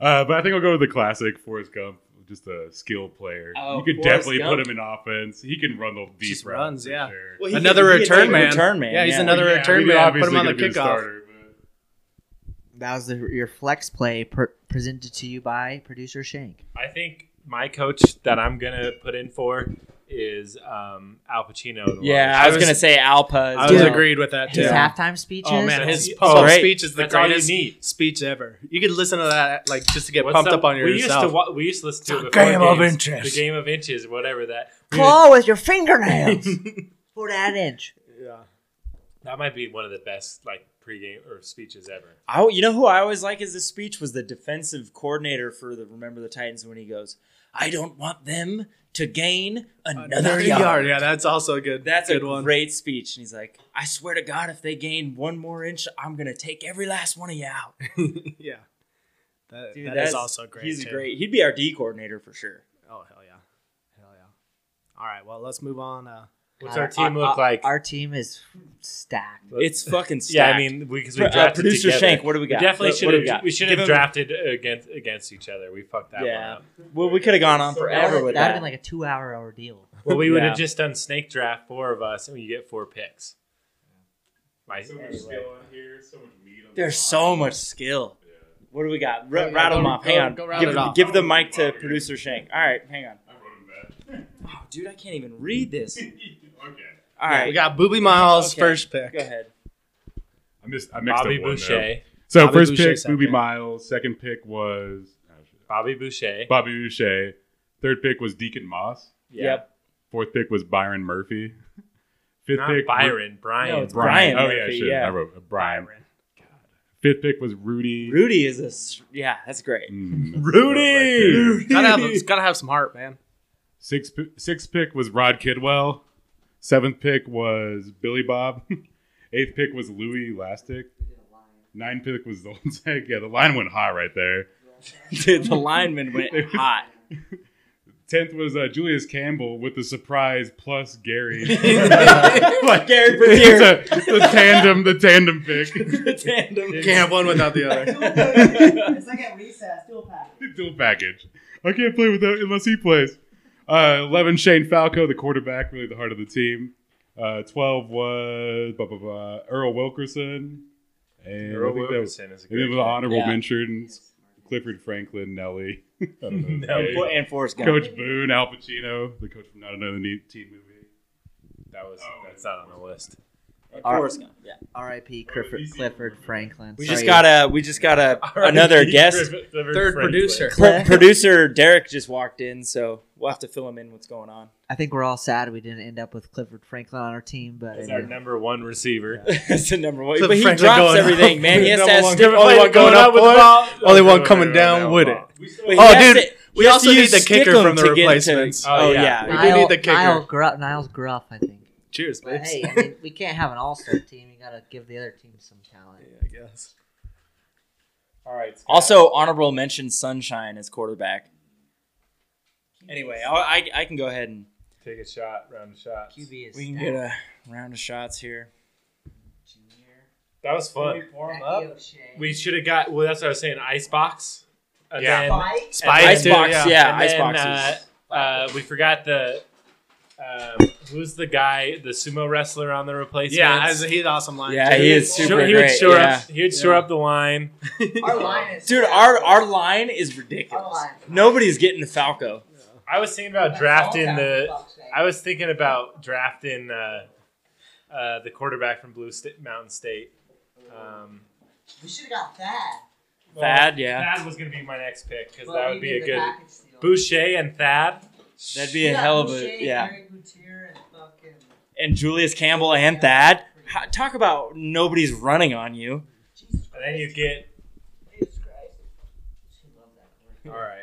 S6: Uh, but I think I'll go with the classic Forrest Gump, just a skill player.
S5: Oh,
S6: you could
S5: Forrest
S6: definitely
S5: Gump.
S6: put him in offense. He can run the deep
S4: Just
S6: routes
S4: runs,
S6: for
S4: yeah.
S6: sure.
S5: Well,
S4: Another
S5: could- could
S4: return
S5: be a
S4: man.
S5: Return man.
S4: Yeah, he's another
S6: Yeah,
S4: return
S6: he's
S4: man. Put
S6: obviously
S4: him on the
S6: gonna be
S4: kickoff.
S6: starter, but-
S1: That was the, your flex play per, presented to you by producer Shank.
S2: I think my coach that I'm gonna put in for is um, Al Pacino. in the
S5: Yeah,
S2: Lions.
S5: I was, gonna say Alpa.
S4: I
S5: Is
S4: was
S1: Dude.
S4: agreed with that too.
S1: His
S5: Yeah.
S1: halftime speeches.
S4: Oh man,
S2: his
S4: his
S2: pump
S4: pump
S5: great.
S4: speech is the
S2: That's all you
S4: greatest
S2: need.
S4: speech ever. You could listen to that like just to get
S2: What's
S4: pumped
S2: up-
S4: up on
S2: we Used to
S4: yourself.
S2: wa- we used to listen to it before
S4: game of
S2: games.
S4: inches.
S2: The game of inches, whatever that.
S1: Claw with your fingernails for that inch.
S4: Yeah.
S2: That might be one of the best like pregame or speeches ever.
S5: I, you know who I always like as a speech was the defensive coordinator for the Remember the Titans when he goes, "I don't want them to gain another,
S4: Another
S5: yard."
S4: yard. Yeah, that's also a good.
S5: That's
S4: good
S5: a
S4: one.
S5: great speech. And he's like, "I swear to God, if they gain one more inch, I'm gonna take every last one of you out."
S4: yeah. That,
S5: Dude,
S4: that is also great.
S5: He's
S4: too.
S5: great. He'd be our D coordinator for sure.
S4: Oh hell yeah, hell yeah. All right, well let's move on. Uh,
S2: What's
S1: Uh,
S2: our team
S1: uh,
S2: look
S1: uh,
S2: like?
S1: Our team is stacked.
S2: Let's-
S5: It's fucking stacked.
S2: yeah, I mean, because we,
S5: Pro- uh,
S2: drafted
S5: producer
S2: together.
S5: Shank, what do we got?
S2: definitely
S5: What- what do we
S2: should have.
S5: got?
S2: We should have
S5: Give him-
S2: drafted against against each other. We fucked that
S5: Yeah.
S2: one up.
S5: well, we could have gone on
S1: That
S5: forever
S1: would
S5: with
S1: have
S5: that.
S1: been like a two-hour ordeal.
S2: Well, we would
S5: [laughs] Yeah.
S2: have just done snake draft, four of us, and we get four picks. My,
S6: So much skill on here, so much meat on the
S5: There's
S6: line.
S5: so much skill. What do we got? R-
S4: yeah,
S5: rattle
S4: go-
S5: them off.
S4: go-
S5: Hang on.
S4: go rattle
S5: give,
S4: it off.
S5: give the mic to producer Shank. All right, hang on.
S6: I wrote him
S5: Oh, dude, I can't even read this.
S6: back. [laughs] okay.
S5: All
S4: we
S5: right,
S4: got Booby Miles
S5: Okay.
S4: first pick.
S5: go ahead.
S6: I missed. I mixed
S2: Bobby
S6: up one there.
S2: Boucher.
S6: So
S4: Bobby
S6: first
S4: Boucher,
S6: pick,
S4: second
S6: Booby
S4: pick.
S6: Miles. Second pick was oh, shit.
S2: Bobby Boucher.
S6: Bobby Boucher. Third pick was Deacon Moss.
S2: Yeah.
S5: Yep.
S6: Fourth pick was Byron Murphy. [laughs] Fifth
S2: Not
S6: pick
S2: Byron. Brian.
S5: No, it's
S2: Brian.
S5: Brian.
S6: oh
S5: Murphy,
S6: yeah, shit.
S5: yeah.
S6: I wrote uh, Brian. Fifth pick was Rudy.
S5: Rudy is a s- yeah, that's great. [laughs]
S6: Mm, that's
S2: Rudy!
S4: [laughs]
S6: right there.
S4: Gotta have, gotta have some heart, man.
S6: Sixth pi- sixth pick was Rod Kidwell. Seventh pick was Billy Bob. [laughs] Eighth pick was Louis Elastic. Ninth pick was [laughs] Zoltek. Yeah, the line went high right there.
S5: Dude, the lineman went hot.
S6: Tenth was uh, Julius Campbell with the surprise
S1: [laughs]
S6: plus Gary. [laughs] like
S5: Gary Bertier.
S6: it's a, the tandem, the tandem pick.
S4: [laughs]
S5: the tandem.
S4: Can't have one without the other.
S1: [laughs] it's like at recess, dual pack.
S6: [laughs] Dual package. I can't play without unless he plays. Uh, Eleven Shane Falco, the quarterback, really the heart of the team. Uh, Twelve was blah, blah, blah, Earl Wilkerson. And I
S2: Earl
S6: think that was-
S2: Wilkerson is a
S6: And then
S2: good
S6: with the
S2: pick.
S6: honorable
S5: Yeah.
S6: mentions, Clifford Franklin, Nelly, [laughs] I don't
S2: [laughs]
S6: know.
S2: Nelly.
S6: Hey,
S5: And Forrest Gump.
S6: Coach Boone, Al Pacino, the coach from Not Another Ne- Teen Movie.
S2: That was that's not on the list.
S5: Forrest Gump. Yeah.
S1: R.I.P. Clifford, Clifford Franklin.
S5: We just
S1: Sorry.
S5: got a we just
S4: [laughs]
S5: got a [laughs] another guest
S4: Third producer.
S5: Pro- producer Derek just walked in, so we'll have to fill him in what's going on. [laughs]
S1: I think we're all sad we didn't end up with Clifford Franklin on our team, but
S2: That's our number one receiver.
S5: That's the number one.
S4: Cliff
S5: But he
S4: Franklin
S5: drops
S4: going
S5: everything,
S4: up. [laughs]
S5: man. He has to
S4: Number
S5: have
S4: one
S5: stiff
S4: going up.
S5: only one going up
S4: with
S5: for
S4: the
S5: it.
S4: ball, only one Oh, coming
S2: Going
S4: down with
S2: with
S4: it.
S2: the ball.
S5: But he
S4: Oh,
S5: has
S4: dude,
S5: to-
S4: We
S5: has
S4: also
S5: to
S4: need
S5: use
S4: the kicker
S5: Skickum
S4: from the
S5: to get it to-
S4: replacements.
S5: Oh,
S2: Oh,
S5: yeah.
S2: yeah.
S4: We do need the kicker.
S1: Niall, Gru- Niles Gruff, I think.
S4: Cheers,
S1: But [laughs]
S4: babes.
S1: hey, I mean, we can't have an all-star team. You gotta give the other team some talent.
S4: I guess.
S2: All right. Scott.
S5: Also, honorable mention Sunshine as quarterback. Anyway, I'll, I, I can go ahead and
S2: take a shot, round of shots.
S1: QB is.
S5: we can
S1: stacked.
S5: get a round of shots here.
S2: That was fun.
S1: Jackie O'Shea.
S2: We should have got. Well, that's what I was saying. Icebox. And
S6: Yeah.
S2: Then, [laughs]
S1: Spike?
S2: Spice
S5: Icebox,
S2: too,
S5: yeah,
S2: And
S5: ice
S2: then,
S5: boxes.
S2: Uh, uh, we forgot the. Um, who's the guy, the sumo wrestler on the replacements?
S4: Yeah, as a, he's an awesome line.
S5: yeah,
S4: too.
S5: he is
S2: Sure,
S5: super
S2: he
S5: great.
S2: would shore
S5: yeah.
S2: up. He would shore
S4: Yeah.
S2: up the line.
S1: [laughs] Our line is.
S5: Dude, our our line is ridiculous.
S1: Our line.
S5: Nobody's getting the Falco.
S2: I was thinking about drafting the. I was thinking about drafting uh, uh, the quarterback from Blue Sta- Mountain State. Um,
S1: we should have got that.
S2: well,
S5: Thad, yeah.
S2: Thad was going to be my next pick because
S1: Well,
S2: that
S1: you
S2: would be
S1: did
S2: a
S1: the
S2: good.
S1: package deal.
S2: Boucher and Thad.
S5: That'd be
S1: You
S5: a
S1: got
S5: hell of a
S1: Boucher,
S5: yeah.
S1: Gary Gutierrez, fucking-
S5: And Julius Campbell and Thad. Ha- Talk about nobody's running on you.
S1: Jesus
S2: And then you
S1: Christ.
S2: get.
S1: Jesus Christ. She loved that word.
S2: All right.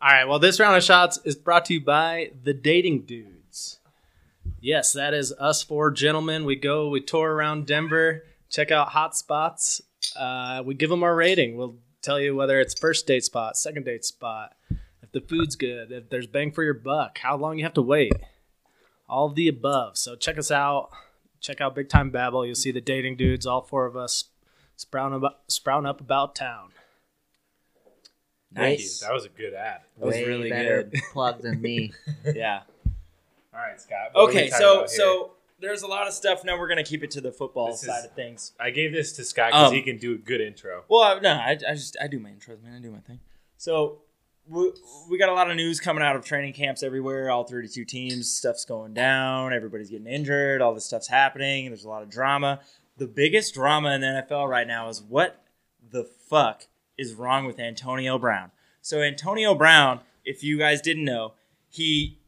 S4: All right. Well, this round of shots is brought to you by the Dating Dudes. Yes, that is us four gentlemen. We go, we tour around Denver, check out hot spots. Uh, we give them our rating. We'll tell you whether it's first date spot, second date spot, if the food's good, if there's bang for your buck, how long you have to wait, all of the above. So check us out. Check out Big Time Babble. You'll see the Dating Dudes, all four of us, sprouting up, sprouting up about town.
S2: Thank you.
S5: Nice.
S2: That was a good ad.
S5: That was
S1: Way
S5: really
S1: better plug than
S5: [laughs]
S1: me.
S2: [laughs]
S5: Yeah.
S2: All right, Scott. what are we
S5: Okay,
S2: talking
S5: so
S2: about here?
S5: so there's a lot of stuff. Now we're gonna keep it to the football
S2: This is-
S5: side of things.
S2: I gave this to Scott because
S5: Um,
S2: he can do a good intro.
S5: Well, I- no, I, I just I do my intros, man. I do my thing. So we, we got a lot of news coming out of training camps everywhere. All 32 teams, stuff's going down. Everybody's getting injured. All this stuff's happening. There's a lot of drama. The biggest drama in the NFL right now is what the fuck is wrong with Antonio Brown. So Antonio Brown, if you guys didn't know, he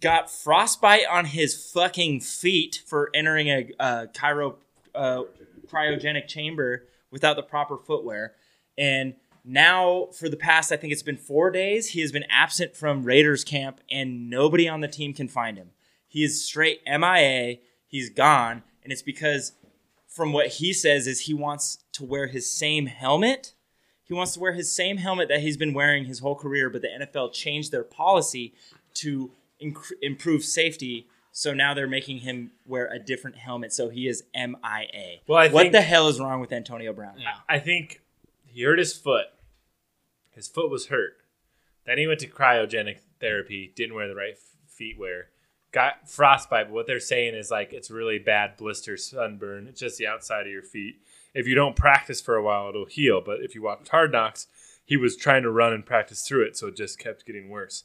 S5: got frostbite on his fucking feet for entering a, a chiro, uh, cryogenic chamber without the proper footwear. And now, for the past, I think it's been four days, he has been absent from Raiders camp, and nobody on the team can find him. He is straight MIA. He's gone, and it's because, from what he says, is he wants to wear his same helmet. He wants to wear his same helmet that he's been wearing his whole career, but the NFL changed their policy to inc- improve safety. So now they're making him wear a different helmet. So he is MIA.
S2: Well, I
S5: what
S2: think-
S5: the hell is wrong with Antonio Brown?
S2: I think he hurt his foot. His foot was hurt. Then he went to cryogenic therapy. Didn't wear the right f- feet wear. Got frostbite. But what they're saying is like it's really bad blister sunburn. It's just the outside of your feet. If you don't practice for a while, it'll heal. But if you watch Hard Knocks, he was trying to run and practice through it, so it just kept getting worse.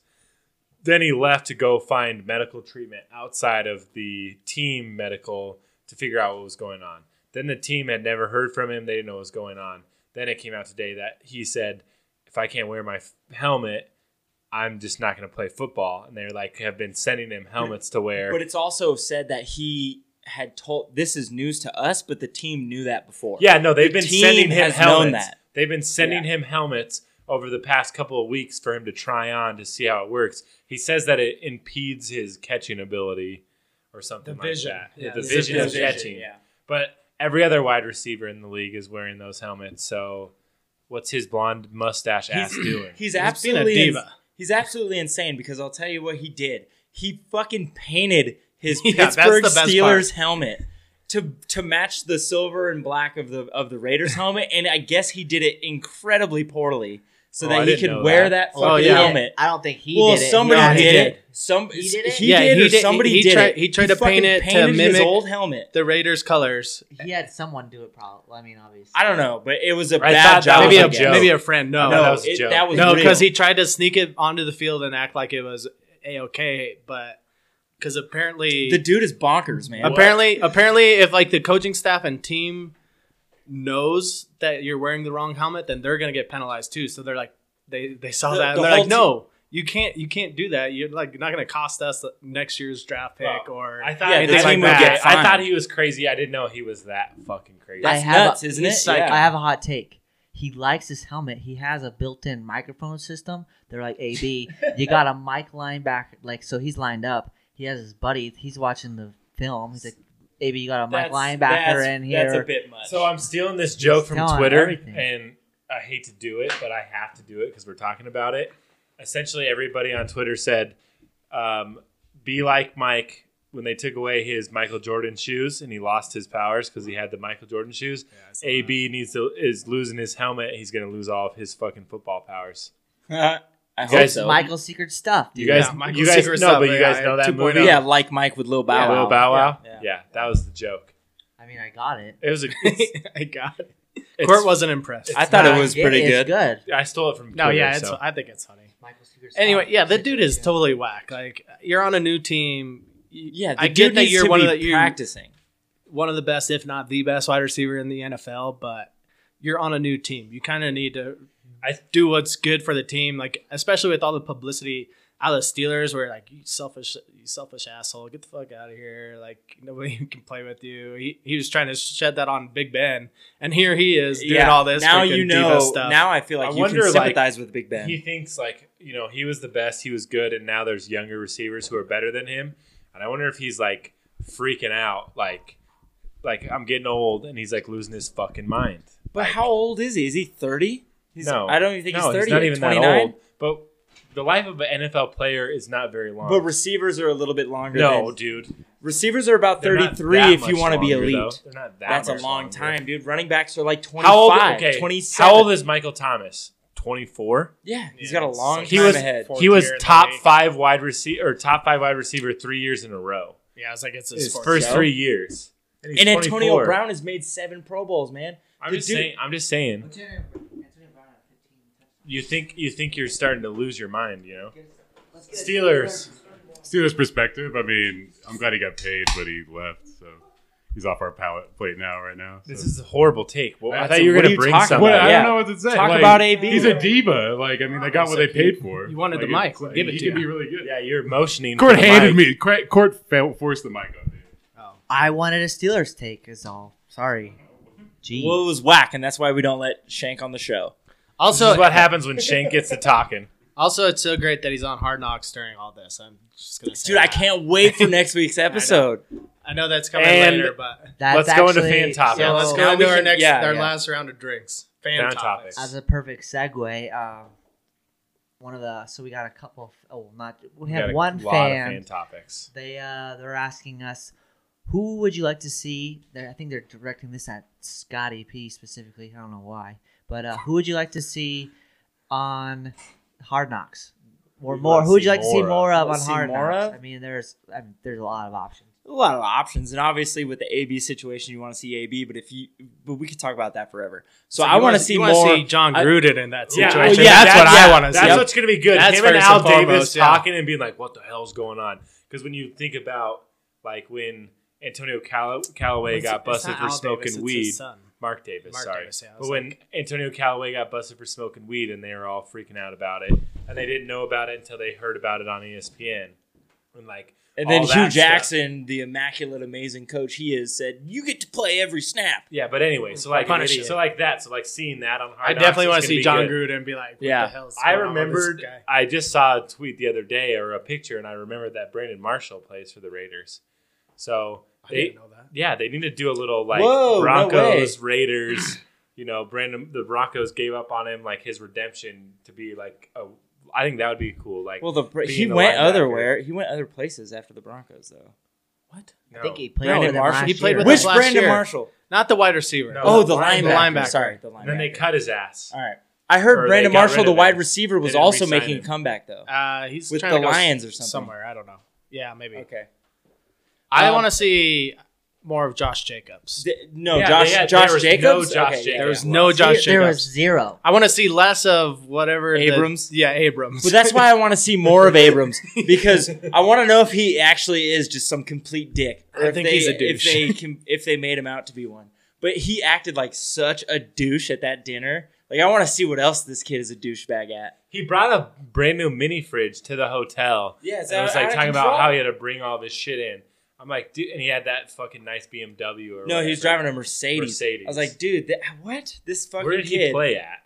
S2: Then he left to go find medical treatment outside of the team medical to figure out what was going on. Then the team had never heard from him. They didn't know what was going on. Then it came out today that he said, if I can't wear my f- helmet, I'm just not going to play football. And they're like, have been sending him helmets to wear.
S5: But it's also said that he had told this is news to us, but the team knew that before.
S2: yeah, no, they've
S5: The
S2: been
S5: team
S2: sending him
S5: has known
S2: helmets.
S5: that.
S2: They've been sending
S5: Yeah.
S2: him helmets over the past couple of weeks for him to try on to see how it works. He says that it impedes his catching ability or something
S4: The
S2: like
S4: vision.
S2: that.
S4: Yeah,
S2: the
S4: it's
S2: vision
S4: the
S2: of
S4: vision,
S2: catching.
S5: Yeah.
S2: But every other wide receiver in the league is wearing those helmets. So what's his blonde mustache ass doing?
S5: He's
S4: being a
S5: absolutely
S4: diva.
S5: he's absolutely insane because I'll tell you what he did. He fucking painted
S2: [laughs]
S5: his
S4: Yeah, that's
S5: Pittsburgh
S4: the best
S5: Steelers helmet to to match the silver and black of the of the Raiders helmet, and I guess he did it incredibly poorly so
S2: Oh, I
S5: that he
S2: didn't
S5: could
S2: know
S5: wear
S2: that.
S5: that, fucking
S4: Oh, yeah.
S5: helmet.
S1: I don't think he
S5: well,
S1: did it.
S5: somebody
S4: No,
S5: did,
S4: he did.
S5: it. Some
S1: He did it?
S5: He
S4: Yeah,
S5: did,
S4: he
S5: or
S4: did-
S5: somebody
S4: he
S5: did
S4: tried-
S5: it.
S4: he tried to
S5: fucking
S4: paint it to
S5: painted his
S4: mimic-
S5: old helmet.
S4: The Raiders colors
S1: He had someone do it. Probably. I mean, obviously.
S5: I don't know, but it was a
S2: I thought that
S5: bad job.
S2: was
S4: maybe
S2: a
S4: a
S5: I guess.
S2: joke.
S4: maybe a friend. No,
S5: No,
S2: that was a
S5: it-
S2: joke.
S5: that was
S4: no,
S5: real.
S4: because he tried to sneak it onto the field and act like it was a okay, but because apparently,
S5: the dude is bonkers, man.
S4: apparently, apparently, if like the coaching staff and team knows that you're wearing the wrong helmet, then they're gonna get penalized too. So they're like, they they saw
S5: The-
S4: that and
S5: the
S4: they're like,
S5: whole
S4: no, you can't, you can't do that. You're like, you're not gonna cost us the- next year's draft pick
S2: Well,
S4: or
S2: I thought
S5: Yeah,
S4: the
S2: anything like
S4: team would
S2: that.
S5: get
S2: I thought
S5: fined.
S2: he was crazy. I didn't know he was that fucking crazy.
S1: I
S5: That's
S1: have
S5: nuts,
S1: a,
S5: isn't
S1: he's
S5: it?
S1: psycho.
S5: Yeah.
S1: I have a hot take. He likes his helmet. He has a built-in microphone system. They're like, "AB,
S5: [laughs]
S1: you got a mic line back." Like, so he's lined up. He has his buddy. He's watching the film. He's like, "AB, you got a mic linebacker
S5: that's,
S1: in here."
S5: That's a bit much.
S2: So uh, I'm stealing this joke from
S1: Telling
S2: Twitter,
S1: everything.
S2: and I hate to do it, but I have to do it because we're talking about it. Essentially, everybody on Twitter said, um, "Be like Mike." When they took away his Michael Jordan shoes and he lost his powers because he had the Michael Jordan shoes, AB needs to is losing his helmet. He's gonna lose all of his fucking football powers.
S5: [laughs] I
S2: guys-
S1: Michael's secret stuff, dude.
S2: You guys,
S4: Yeah, Michael
S2: you guys,
S4: Secret's
S2: no,
S4: up,
S2: but you
S4: yeah,
S2: guys know that
S4: 2.0.
S2: movie,
S5: oh. yeah, like Mike with Lil Bow Wow.
S2: Little Bow Wow.
S5: Yeah,
S2: Yeah,
S5: yeah.
S2: that was the joke.
S1: I mean, I got it.
S2: It
S5: [laughs]
S2: was a.
S4: [laughs] I got it.
S2: it's-
S4: Court wasn't impressed.
S5: I thought
S1: Nah,
S5: it was pretty
S1: it's
S5: good.
S1: good.
S2: I stole it from.
S4: no,
S2: Twitter,
S4: yeah, it's,
S2: so.
S4: I think it's funny.
S1: Michael's secret stuff.
S5: Oh,
S4: Anyway, yeah, the dude is totally whack. Like you're on a new team. You-
S5: Yeah, the
S4: I
S5: dude
S4: get that
S5: needs
S4: you're
S5: to
S4: one of
S5: be
S4: the you
S5: practicing.
S4: one of the best, if not the best, wide receiver in the NFL. But you're on a new team. You kind of need to
S2: I-
S4: do what's good for the team. Like especially with all the publicity out of the Steelers, where like you selfish, you selfish asshole, get the fuck out of here. Like nobody [laughs] can play with you. He, he was trying to shed that on Big Ben, and here he is doing
S5: yeah.
S4: all this.
S5: now
S4: freaking
S5: you
S4: diva
S5: know.
S4: stuff.
S5: Now I feel like
S2: I
S5: you
S2: wonder,
S5: can
S2: like,
S5: sympathize with Big Ben.
S2: he thinks like you know he was the best he was good and now there's younger receivers who are better than him and i wonder if he's like freaking out like like i'm getting old and he's like losing his fucking mind
S5: but
S2: Like,
S5: how old is he? Is he thirty? He's,
S2: no
S5: I don't even think
S2: no,
S5: he's thirty.
S2: not even that
S5: 29.
S2: old but the life of an nfl player is not very long
S5: But receivers are a little bit longer.
S2: no
S5: than,
S2: dude
S5: receivers are about
S2: They're not
S5: thirty-three.
S2: that
S5: If you
S2: much
S5: want to be
S2: longer,
S5: elite,
S2: though. They're not that
S5: that's a
S2: much
S5: long
S2: longer.
S5: time, dude. Running backs are like 25,
S2: how old okay
S5: 27.
S2: how old is michael thomas 24
S5: Yeah, he's
S4: Yeah,
S5: got a
S4: it's
S5: long
S4: like-
S5: time
S2: he was
S5: ahead.
S2: he was
S4: Fourth year in the
S2: top
S4: league.
S2: five wide receiver or top five wide receiver three years in a row
S4: yeah, it's like it's a
S5: His
S4: sports
S2: first
S5: Joe?
S2: three years he's
S5: And Antonio
S2: 24.
S5: Brown has made seven Pro Bowls, man.
S2: I'm
S5: The
S2: just
S5: dude-
S2: saying. I'm just saying. You think you think you're starting to lose your mind, you know? Steelers.
S6: Steelers perspective. I mean, I'm glad he got paid, but he left, so he's off our pallet plate now. Right now, so.
S2: This is a horrible take. Well, I
S6: That's
S2: thought
S6: a-
S2: you were
S5: what are
S2: going to
S5: you
S2: bring
S5: talking
S2: something.
S6: What, I
S5: Yeah.
S6: don't know what to say.
S5: Talk
S6: Like,
S5: about AB.
S6: He's a diva. Like I mean, they got what they paid for.
S4: You wanted the
S6: Like,
S4: mic.
S6: it's
S4: We'll
S6: like,
S4: give it
S6: he
S4: to
S6: could
S4: you.
S6: be really good.
S2: Yeah, you're motioning.
S6: Court
S2: for the
S6: handed
S2: mic.
S6: me. Court, court fa- forced the mic on me.
S1: I wanted a Steelers take. Is all. Sorry. Gee.
S5: Well, it was whack, and that's why we don't let Shank on the show.
S2: This
S4: Also,
S2: is what happens when Shank gets to talking.
S4: Also, it's so great that he's on Hard Knocks during all this. I'm just gonna say,
S5: Dude, I
S4: that.
S5: can't wait
S2: [laughs]
S5: for next week's episode.
S4: I know that's coming
S2: And-
S4: later, but
S1: That's
S2: let's go into
S1: actually-
S2: fan topics.
S4: yeah,
S2: So-
S4: let's
S5: Now
S4: go into
S5: we
S4: our
S5: can-
S4: next,
S5: yeah,
S4: our
S5: yeah.
S4: last round of drinks. Fan,
S2: Fan
S4: topics.
S2: topics.
S1: as a perfect segue, um, one of the so we got a couple. Of, oh, not we,
S2: got
S1: had
S2: a
S1: one
S2: lot of
S1: fan.
S2: fan topics.
S1: They uh, they're asking us, who would you like to see? They're, I think they're directing this at Scotty P specifically. I don't know why, but uh, who would you like to see on Hard Knocks? Or
S2: Who
S1: more, who would you like to see
S2: of?
S1: more of on
S5: Wanna see
S1: Hard
S5: more
S1: Knocks?
S5: of?
S1: I mean, there's I mean, there's a lot of options.
S5: A lot of options, and obviously with the AB situation, you want to see AB. But if you, but we could talk about that forever. So, I
S4: you
S5: want
S4: wanna-
S5: to see
S4: you wanna
S5: more.
S4: See John
S5: I-
S4: Gruden in that
S2: Yeah,
S4: situation.
S2: I think
S4: that's what
S5: yeah,
S4: I want to see.
S2: That's what's going to be good.
S4: That's
S2: Him and
S4: first
S2: Al
S4: and foremost,
S2: Davis
S4: yeah.
S2: talking and being like, "What the hell's going on?" Because when you think about like when Antonio Call- Callaway
S4: It's-
S2: got
S4: it's
S2: busted
S4: not
S2: for
S4: Al Davis,
S2: smoking
S4: it's his
S2: weed,
S4: son.
S2: Mark Davis,
S4: Mark
S2: sorry.
S4: Davis, yeah, I
S2: but
S4: was
S2: when Antonio Callaway got busted for smoking weed and they were all freaking out about it, and they didn't know about it until they heard about it on E ESPN, and like,
S5: and then
S2: all that
S5: Hugh
S2: stuff.
S5: Jackson, the immaculate, amazing coach he is, said, "You get to play every snap."
S2: Yeah, but anyway, so like,
S4: Punish
S2: so like that, so like seeing that on Hard
S4: I definitely
S2: want
S4: want to see John Gruden and be like, what
S5: Yeah.
S4: the hell's
S2: I
S4: going on with this
S2: remembered.
S4: guy?
S2: I just saw a tweet the other day or a picture, and I remembered that Brandon Marshall plays for the Raiders. So
S4: I
S2: they,
S4: didn't know that.
S2: yeah, they need to do a little like
S5: Whoa, no
S2: Broncos Raiders. You know, Brandon the Broncos gave up on him like his redemption to be like a. I think that would be cool. Like,
S5: Well, the he
S2: being a
S5: went
S2: linebacker.
S5: otherwhere. He went other places after the Broncos, though. What?
S2: no.
S1: I think he played
S5: Brandon
S1: with them
S5: Marshall?
S1: last
S4: He played
S1: year.
S4: with
S5: Which
S4: us last
S5: Brandon
S4: year.
S5: Marshall?
S4: Not the wide receiver.
S2: No.
S5: Oh, the
S2: Linebacker.
S5: linebacker.
S4: Linebacker.
S5: Sorry, the linebacker.
S2: and then they cut his ass.
S5: All right. I heard
S2: Or
S5: Brandon
S2: they got
S5: Marshall,
S2: rid
S5: the
S2: of
S5: wide
S2: him.
S5: receiver, was
S2: didn't
S5: also
S2: re-sign
S5: making a
S2: him.
S5: comeback though.
S4: Uh, he's
S5: With
S4: trying
S5: the
S4: to go s-
S5: Lions or something.
S4: somewhere. I don't know. Yeah, maybe.
S5: Okay.
S4: I
S5: Um,
S4: want to see more of Josh Jacobs.
S5: Th- no,
S2: Yeah,
S5: Josh.
S2: they had-
S5: Josh
S2: there was no
S5: Jacobs.
S2: Josh
S5: Okay, yeah,
S2: Jacobs.
S5: yeah.
S4: There was no Josh Jacobs.
S1: There was zero.
S4: I want to see less of whatever the-
S5: Abrams?
S4: yeah, Abrams.
S5: But
S4: [laughs]
S5: that's why I want to see more of Abrams because I want to know if he actually is just some complete dick. or
S4: I
S5: if
S4: think
S5: they-
S4: he's a douche.
S5: If they can, if they made him out to be one, but he acted like such a douche at that dinner. Like I want to see what else this kid is a douchebag at.
S2: He brought a brand new mini fridge to the hotel.
S5: Yeah, it's
S2: and
S5: out-
S2: was
S5: out
S2: like
S5: of
S2: talking
S5: control.
S2: about how he had to bring all this shit in. I I'm like, dude, and he had that fucking nice BMW. Or
S5: No, he was
S2: whatever.
S5: driving a Mercedes.
S2: Mercedes.
S5: I was like, dude, that, what? This fucking
S2: Where did he
S5: kid.
S2: play at?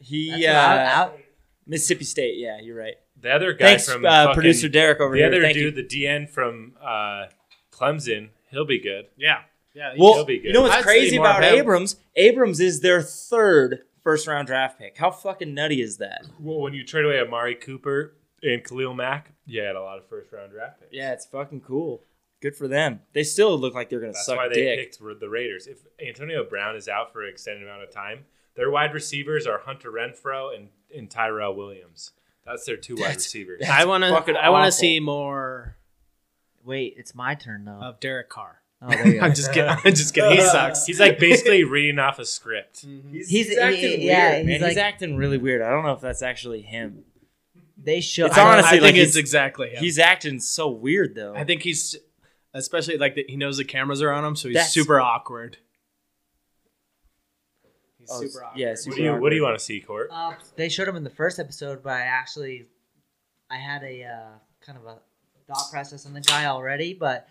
S5: He
S1: That's
S5: uh,
S1: what I- I-
S5: Mississippi State. Yeah, you're right.
S2: The other guy
S5: Thanks,
S2: from
S5: uh,
S2: fucking-
S5: producer Derek over
S2: The
S5: here.
S2: other
S5: Thank
S2: dude,
S5: you.
S2: the DN from uh, Clemson, he'll be good.
S4: Yeah. Yeah. he-
S5: Well,
S2: he'll be good.
S5: you know what's
S4: I'd say
S5: crazy
S4: more
S5: about
S4: about-
S5: Abrams? Abrams is their third first round draft pick. How fucking nutty is that?
S2: Well, when you trade away Amari Cooper and Khalil Mack, you had a lot of first round draft picks.
S5: Yeah, it's fucking cool. Good for them. They still look like they're gonna
S2: That's
S5: suck
S2: why they
S5: dick.
S2: picked Ra- the Raiders. If Antonio Brown is out for an extended amount of time, their wide receivers are Hunter Renfro and, and Tyrell Williams. That's their two wide
S5: That's-
S2: receivers.
S5: that's-
S4: I want
S5: fucking
S4: to. I want
S5: awful.
S4: to see more
S1: Wait, it's my turn
S5: Uh,
S1: though.
S4: of Derek Carr.
S1: Oh, there
S5: [laughs]
S1: you go.
S4: I'm just kidding. I'm just kidding. He sucks.
S2: He's like
S4: [laughs]
S2: basically reading off a script.
S5: Mm.
S1: He's- he- yeah,
S5: weird,
S1: he's
S5: man. He's,
S1: like-
S5: acting really weird. I don't know if that's actually him.
S1: They show.
S5: It's
S1: I-
S5: honestly
S4: I think
S5: like
S4: it's
S5: he's-
S4: exactly him.
S5: He's acting so weird though.
S4: I think he's especially like the, he knows the cameras are on him, so he's
S5: That's-
S4: super awkward. He's
S5: Oh,
S4: super awkward.
S5: yeah,
S2: What
S5: super
S2: do you What
S5: awkward.
S2: do you want to see, Court?
S1: Uh, they showed him in the first episode, but I actually, I had a uh, kind of a thought process on the guy already, but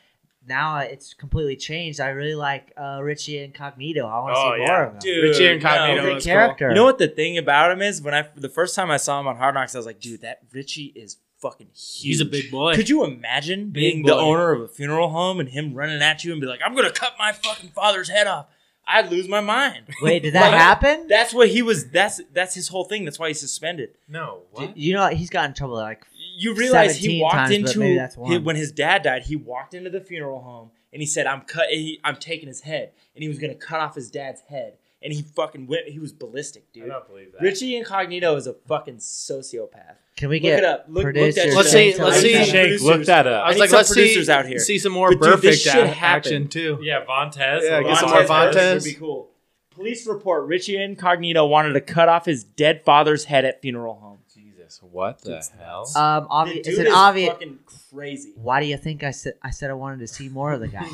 S1: now it's completely changed. I really like uh, Richie Incognito. I want to
S2: Oh,
S1: see
S2: yeah.
S1: more of him.
S5: Dude,
S4: Richie Incognito
S5: no.
S1: He's a
S4: was cool.
S1: character.
S5: You know what the thing about him is? When I the first time I saw him on Hard Knocks, I was like, dude, that Richie is fucking huge.
S4: He's a big boy.
S5: Could you imagine
S4: Big
S5: being the
S4: boy.
S5: owner of a funeral home and him running at you and be like, "I'm gonna cut my fucking father's head off"? I'd lose my mind.
S1: Wait, did that
S5: Like,
S1: happen?
S5: [laughs] That's what he was. That's that's his whole thing. That's why he's suspended.
S2: No, what?
S1: You know he's got in trouble. Like
S5: You realize
S1: 17
S5: he walked
S1: times, but
S5: into
S1: maybe that's
S5: he-
S1: one.
S5: when his dad died. He walked into the funeral home and he said, "I'm cut. He, I'm taking his head," and he was gonna cut off his dad's head. And he fucking went. He was ballistic,
S2: I
S5: dude.
S2: don't believe that.
S5: Richie Incognito is a fucking sociopath.
S1: can we
S5: Look
S1: get
S5: it up. Look- look
S1: producer
S5: that shit
S4: Let's
S1: Shane
S4: see-
S1: to
S4: let's
S1: look
S4: see-
S1: that up?
S5: Shane-
S2: Shake, look that up.
S4: I was
S5: need
S4: like,
S5: some
S4: let's
S5: producers
S4: see
S5: out here.
S4: see some more
S5: But dude, this
S4: perfect
S5: shit
S4: a- action
S5: happened.
S4: too.
S2: yeah, Vontez.
S4: Yeah, get some
S2: Vontaze.
S4: more
S5: Vontaze.
S4: Vontaze.
S5: Would be cool. Police report: Richie Incognito wanted to cut off his dead father's head at funeral home.
S2: Jesus, what the
S5: It's
S2: hell?
S5: nuts.
S1: Um, obvi-
S5: The
S1: is
S5: dude
S1: it obvious?
S5: Fucking crazy.
S1: Why do you think I said I said I wanted to see more of the
S5: [laughs]
S1: guy?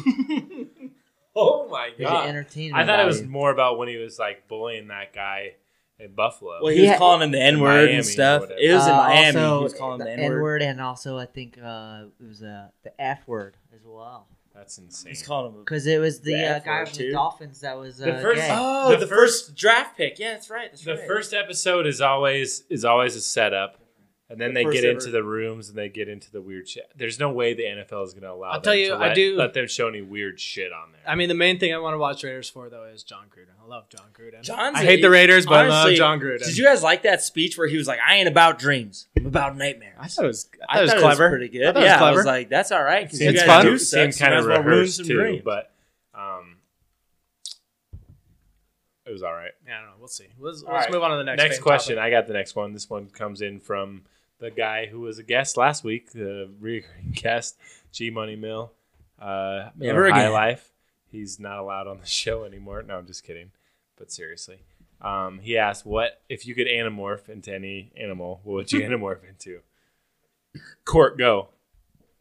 S2: Oh my
S1: There's an
S2: god!
S1: entertainment.
S2: I thought it was
S1: value.
S2: more about when he was like bullying that guy in Buffalo.
S5: Well, he
S1: He
S5: was
S1: had-
S5: calling him the N
S2: Miami
S5: word
S2: or
S5: and stuff.
S2: whatever.
S5: It was in
S1: Uh,
S5: Miami.
S1: Also,
S5: he was calling him the N
S1: N
S5: word.
S1: word, and also I think uh, it was uh, the F word as well.
S2: That's insane.
S5: He's calling him. a-
S1: Because it was the,
S5: The
S1: uh,
S5: F
S1: guy
S5: word,
S1: from
S5: too.
S1: the Dolphins that was uh,
S2: The first-
S1: gay.
S5: Oh, the,
S2: The
S5: first, draft pick. Yeah, that's right. That's
S2: The
S5: right.
S2: first episode is always is always a setup, and then
S5: The
S2: they
S5: first
S2: get
S5: ever.
S2: into the rooms and they get into the weird shit. There's no way the NFL is going to allow.
S4: I'll
S2: them
S4: tell you,
S2: to
S4: I
S2: let,
S4: do-
S2: let them show any weird shit on there.
S4: I mean, the main thing I want to watch Raiders for though is John Gruden. I love John Gruden.
S5: John's
S4: I
S5: a-
S4: hate the Raiders, but
S5: honestly,
S4: I love John Gruden.
S5: Did you guys like that speech where he was like, "I ain't about dreams. I'm about nightmares."
S4: I thought it was. I
S5: I
S4: thought it was clever.
S5: pretty good.
S4: I thought it was
S5: yeah, I
S4: clever.
S5: was like, that's all right. Because
S4: Seems
S5: you guys
S4: fun.
S5: do suck.
S2: Seemed
S5: so
S2: kind
S5: might
S2: of
S5: as well ruin
S2: rehearsed
S5: some
S2: too,
S5: dreams.
S2: but um, it was all right.
S4: yeah, I don't know. We'll see. Let's,
S2: All
S4: let's
S2: right.
S4: move on to the next.
S2: Next,
S4: main
S2: question.
S4: topic.
S2: I got the next one. This one comes in from the guy who was a guest last week, the recurring [laughs] guest, G Money Mill. Uh,
S5: Never
S2: of High
S5: again.
S2: Life. He's not allowed on the [laughs] show anymore. No, I'm just kidding. But seriously, um, he asked, "What if you could anamorph into any animal? What would you anamorph into?" Court, go.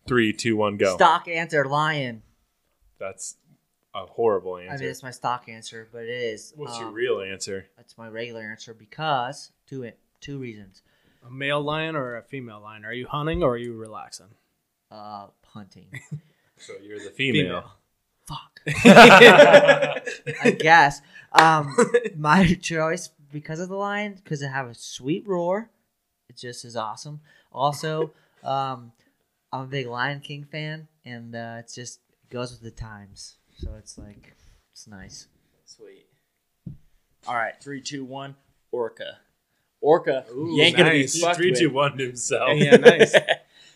S2: Three, two, one, go.
S1: Stock answer, lion.
S2: That's a horrible
S1: I mean,
S2: answer.
S1: it's my stock answer, but it is.
S2: What's your
S1: um,
S2: real answer?
S1: That's my regular answer because two it two reasons.
S4: A male lion or a female lion? Are you hunting or are you relaxing?
S1: Uh,
S5: [laughs]
S1: hunting.
S2: So you're the female.
S1: Fuck.
S2: [laughs]
S1: I guess. [laughs] Um, my choice because of the lion because it have a sweet roar. It just is awesome. Also, um, I'm a big Lion King fan, and uh, it's just it goes with the times. So it's like it's nice.
S5: Sweet. All right, three, two, one. Orca. Orca.
S4: Ooh,
S5: you ain't gonna
S4: nice.
S5: be fucked
S2: Three,
S5: with.
S2: two, one to himself.
S4: Yeah,
S5: [laughs]
S4: nice.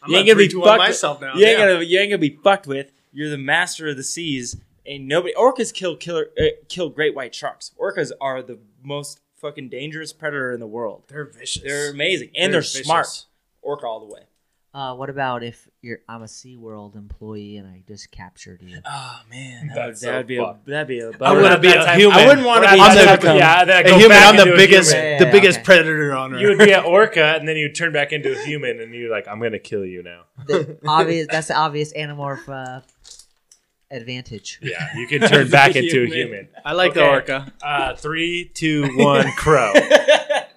S5: you ain't gonna be fucked.
S4: myself now.
S5: with. You ain't gonna. You ain't gonna be fucked with. You're the master of the seas, and nobody. Orcas kill killer. Uh, kill great white sharks. Orcas are the most fucking dangerous predator in the world.
S4: They're vicious.
S5: They're amazing and
S4: They're
S5: they're,
S4: vicious.
S5: smart. Orca all the way.
S1: Uh, what about if you're I'm a SeaWorld employee and I just captured you?
S5: Oh man,
S2: That's
S5: that would,
S2: so
S5: that would be a
S2: fucked.
S5: that'd be a. bummer.
S4: I
S2: We're
S4: wouldn't
S2: not
S4: be
S2: that
S4: a
S2: type-
S4: human.
S5: I wouldn't want to be.
S4: not that
S5: that type of-
S4: type.
S2: Yeah, then I
S4: A
S2: go
S4: human.
S2: back
S4: I'm the
S2: into a
S4: biggest,
S2: human.
S1: Yeah,
S4: the
S1: yeah,
S4: biggest
S1: okay.
S4: predator on earth.
S2: you would be an orca, and then you would turn back into a human, and you're like, "I'm gonna kill you now."
S1: [laughs] The obvious. That's the obvious anamorph uh, advantage.
S2: [laughs] Yeah, you can turn back into a human.
S4: I like the
S2: Okay.
S4: [laughs]
S5: [laughs]
S4: orca.
S2: Uh, three, two, one, [laughs] crow.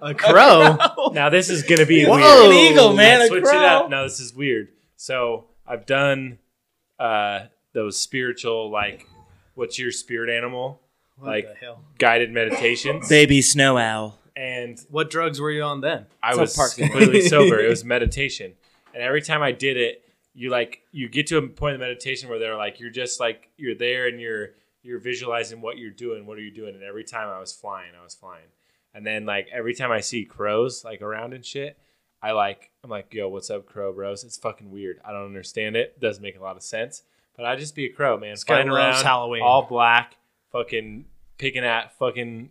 S4: A crow.
S5: Oh,
S2: Now this is gonna be
S5: Whoa.
S2: weird.
S5: An eagle, man, a
S2: Switch
S5: crow.
S2: it up. Now this is weird. So I've done uh, those spiritual like what's your spirit animal
S4: What
S2: Like-
S4: the hell?
S2: guided meditations.
S5: Baby snow owl.
S2: and
S4: What drugs were you on then?
S2: I
S5: South
S2: was [laughs]
S5: Park.
S2: completely sober. [laughs] It was meditation, and every time I did it, you like you get to a point of meditation where they're like you're just like you're there and you're you're visualizing what you're doing. What are you doing? And every time I was flying, I was flying. And then like every time I see crows like around and shit, I like I'm like yo, what's up, crow bros? It's fucking weird. I don't understand it. Doesn't make a lot of sense. But I just be a crow, man.
S4: guy
S2: Flying
S4: loves
S2: around,
S4: Halloween.
S2: all black, fucking picking at fucking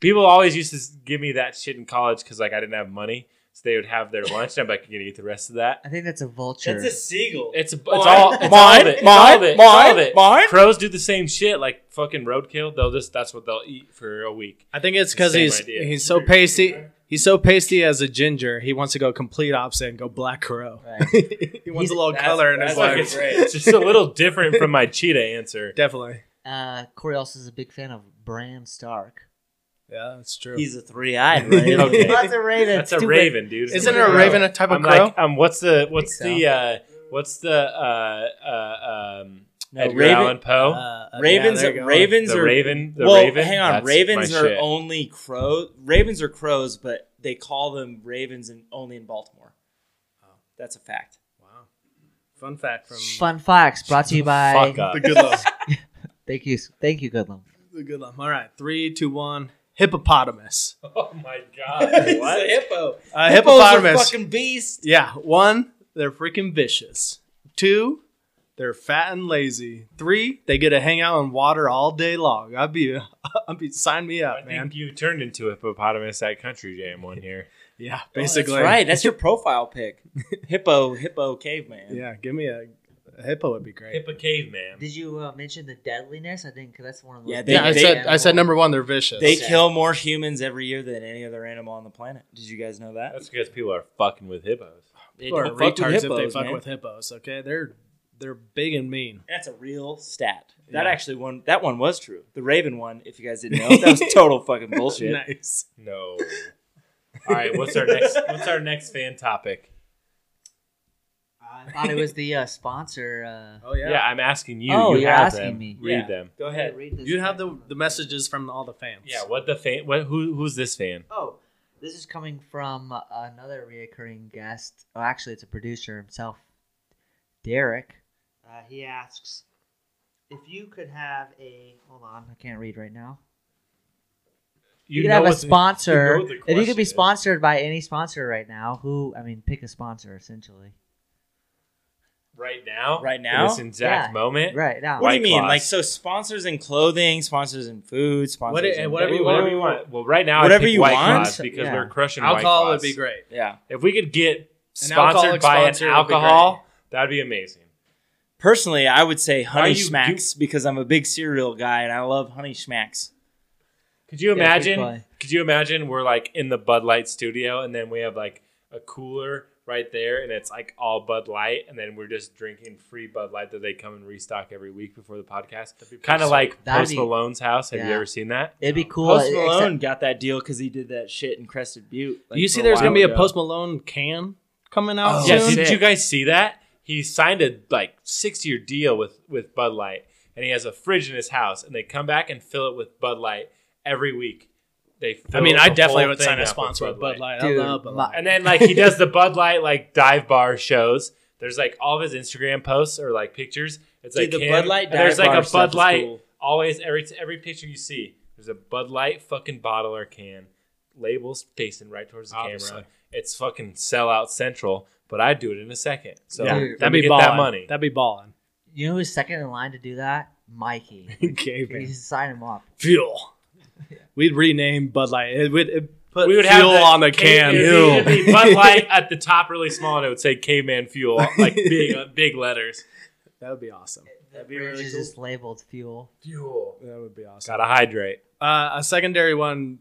S2: people always used to give me that shit in college because like I didn't have money, so they would have their lunch, and I'm like, "Can you eat the rest of that?"
S1: I think that's a vulture.
S5: seagull.
S2: It's it's all it's all of it, It's all of it, It's all of it. Crows do the same shit, like fucking roadkill. They'll just that's what they'll eat for a week.
S4: I think it's because
S2: Same
S4: he's
S2: idea.
S4: he's so pasty. He's so pasty as a ginger. He wants to go complete opposite and go black crow. [laughs] he wants
S1: He's-
S4: a little
S5: that's-
S4: color in his
S2: It's, like,
S4: life.
S2: it's, it's [laughs] just a little different from my cheetah answer.
S4: Definitely.
S1: Uh, Corey also is a big fan of Bran Stark.
S4: Yeah, that's true.
S5: He's a three-eyed
S2: [laughs]
S5: raven.
S2: Okay.
S1: That's a raven.
S2: That's a
S1: stupid.
S2: raven, dude.
S4: Isn't
S2: It's
S4: a raven a type of
S2: I'm
S4: crow?
S2: like, um, what's the what's
S1: so.
S2: the uh, what's the uh, uh, um,
S5: No,
S2: Edgar
S5: raven-
S2: Allan Poe?
S4: Uh, yeah,
S5: Ravens,
S4: there you go.
S5: ravens
S2: the
S5: are
S2: raven. The
S5: well,
S2: raven.
S5: hang on.
S2: That's
S5: Ravens
S2: my
S5: are
S2: shit.
S5: only crows. Ravens are crows, but they call them ravens in, only in Baltimore. Oh, That's
S2: [laughs]
S5: a fact.
S4: Wow. Fun fact from
S1: Fun facts brought to you by.
S2: Fuck up. [laughs]
S6: The good love.
S1: Thank you, thank you, Goodlum.
S4: [laughs] the good luck. All right, three, two, one. Hippopotamus.
S2: Oh my god!
S5: It's a hippo.
S4: Uh,
S5: Hippos are
S4: hippopotamus.
S5: fucking beast.
S4: Yeah. One, they're freaking vicious. Two, they're fat and lazy. Three, they get to hang out in water all day long. I'd be, [laughs] I'd be, sign me
S2: I
S4: up,
S2: think
S4: man.
S2: you turned into a hippopotamus at Country Jam one year.
S4: Yeah,
S5: Basically,
S4: basically.
S5: right.
S2: [laughs]
S5: That's your profile pic. [laughs] hippo, hippo, caveman.
S4: Yeah, give me a, a hippo would be great.
S2: Hippo caveman.
S1: Did you uh, mention the deadliness? I think that's one of the.
S5: Yeah, they-
S4: yeah, I
S5: they-
S4: said, I said number one, they're vicious.
S5: They
S4: Yeah.
S5: kill more humans every year than any other animal on the planet. Did you guys know that?
S2: That's because people are fucking with hippos.
S5: They
S4: People are
S5: don't fuck with
S4: retards if they
S5: hippos,
S4: fuck
S5: man.
S4: with hippos. Okay, they're they're big and mean.
S5: That's a real stat. That
S4: Yeah.
S5: actually one. That one was true. The Raven one, if you guys didn't know, that was [laughs] total fucking bullshit.
S4: [laughs]
S5: [laughs]
S4: Nice.
S2: [laughs] No. All right. What's our next? What's our next fan topic?
S1: I thought it was the uh, sponsor. Uh,
S4: Oh
S2: Yeah,
S4: yeah.
S2: I'm asking you.
S1: Oh,
S2: you
S1: you're
S2: have
S1: asking
S2: them.
S1: me.
S2: Read
S5: Yeah.
S2: them.
S5: Go ahead.
S4: You have the the messages from all the fans.
S2: Yeah. What the fan? What who? Who's this fan?
S1: Oh, this is coming from another reoccurring guest. Oh, actually, it's a producer himself, Derek. Uh, he asks if you could have a. Hold on, I can't read right now. You, could have a
S2: what the-
S1: sponsor.
S2: you know what the
S1: if you could be
S2: question is.
S1: sponsored by any sponsor right now, who? I mean, pick a sponsor essentially.
S2: right now,
S5: Right
S2: in
S5: now?
S2: this exact
S1: Yeah.
S2: moment,
S1: Right now.
S5: What do you
S2: White
S5: mean?
S2: Claws.
S5: Like so, sponsors in clothing, sponsors in food, sponsors
S4: What it-
S5: in
S4: whatever you
S2: whatever
S4: want.
S2: you want. Well, right now,
S5: Whatever
S2: I pick
S5: you
S2: White
S5: want.
S2: Claws because
S1: Yeah.
S2: we're crushing White
S4: Alcohol would
S2: Claws.
S4: be great.
S5: Yeah,
S2: If we could get
S4: An
S2: sponsored
S4: alcoholic
S2: by an
S4: sponsor would be great.
S2: alcohol, that'd be amazing.
S5: personally, I would say
S2: Why
S5: Honey
S2: you
S5: Smacks because I'm a big cereal guy and I love Honey Smacks.
S2: Could you
S1: good
S2: imagine?
S1: play.
S2: could you imagine we're like in the Bud Light studio and then we have like a cooler right there and it's like all Bud Light and then we're just drinking free Bud Light that they come and restock every week before the podcast. Kind of like
S1: That'd
S2: Post
S1: be-
S2: Malone's house. Have you
S1: Yeah.
S2: ever seen that?
S1: It'd be cool.
S5: Post
S1: except-
S5: Malone got that deal because he did that shit in Crested Butte. like,
S4: Do you
S5: for
S4: see
S5: a
S4: there's
S5: while
S4: gonna be a
S5: ago.
S4: Post Malone can coming out
S5: Oh,
S4: soon?
S2: yeah,
S5: sick.
S2: did you guys see that? He signed a like six year deal with with Bud Light and he has a fridge in his house and they come back and fill it with Bud Light every week. They
S4: I
S2: fill
S4: mean, I
S2: the
S4: definitely
S2: whole
S4: would
S2: thing
S4: sign a
S2: up with
S4: sponsor with Bud Light.
S1: Dude,
S4: I love Bud
S1: my-
S4: Light.
S2: And then like he does the Bud Light like dive bar shows. There's like all of his Instagram posts or like pictures. It's
S5: Dude,
S2: like
S5: the
S2: him-
S5: Bud Light
S2: and There's
S5: dive
S2: like
S5: bar
S2: a
S5: stuff
S2: Bud
S5: is
S2: Light
S5: cool.
S2: always every every picture you see. There's a Bud Light fucking bottle or can labels facing right towards the
S4: Obviously.
S2: camera. It's fucking sellout central, but I'd do it in a second. So
S1: Yeah.
S2: let
S4: That'd
S2: me
S4: be
S2: get
S4: balling.
S2: that money.
S4: That'd be [laughs] balling.
S1: You know who's second in line to do that?
S4: [laughs]
S1: Mikey.
S4: Caveman.
S1: He's sign him up.
S4: Fuel. We'd rename Bud Light. It would it put
S2: we would have
S4: fuel on the can.
S2: It, it,
S4: E
S2: would be
S4: [laughs]
S2: Bud Light at the top, really small, and it would say "Caveman Fuel" like big, uh, big letters.
S4: that would be awesome.
S1: That'd be really just labeled fuel.
S2: Fuel.
S4: That would be awesome.
S2: Gotta hydrate.
S4: Uh, a secondary one,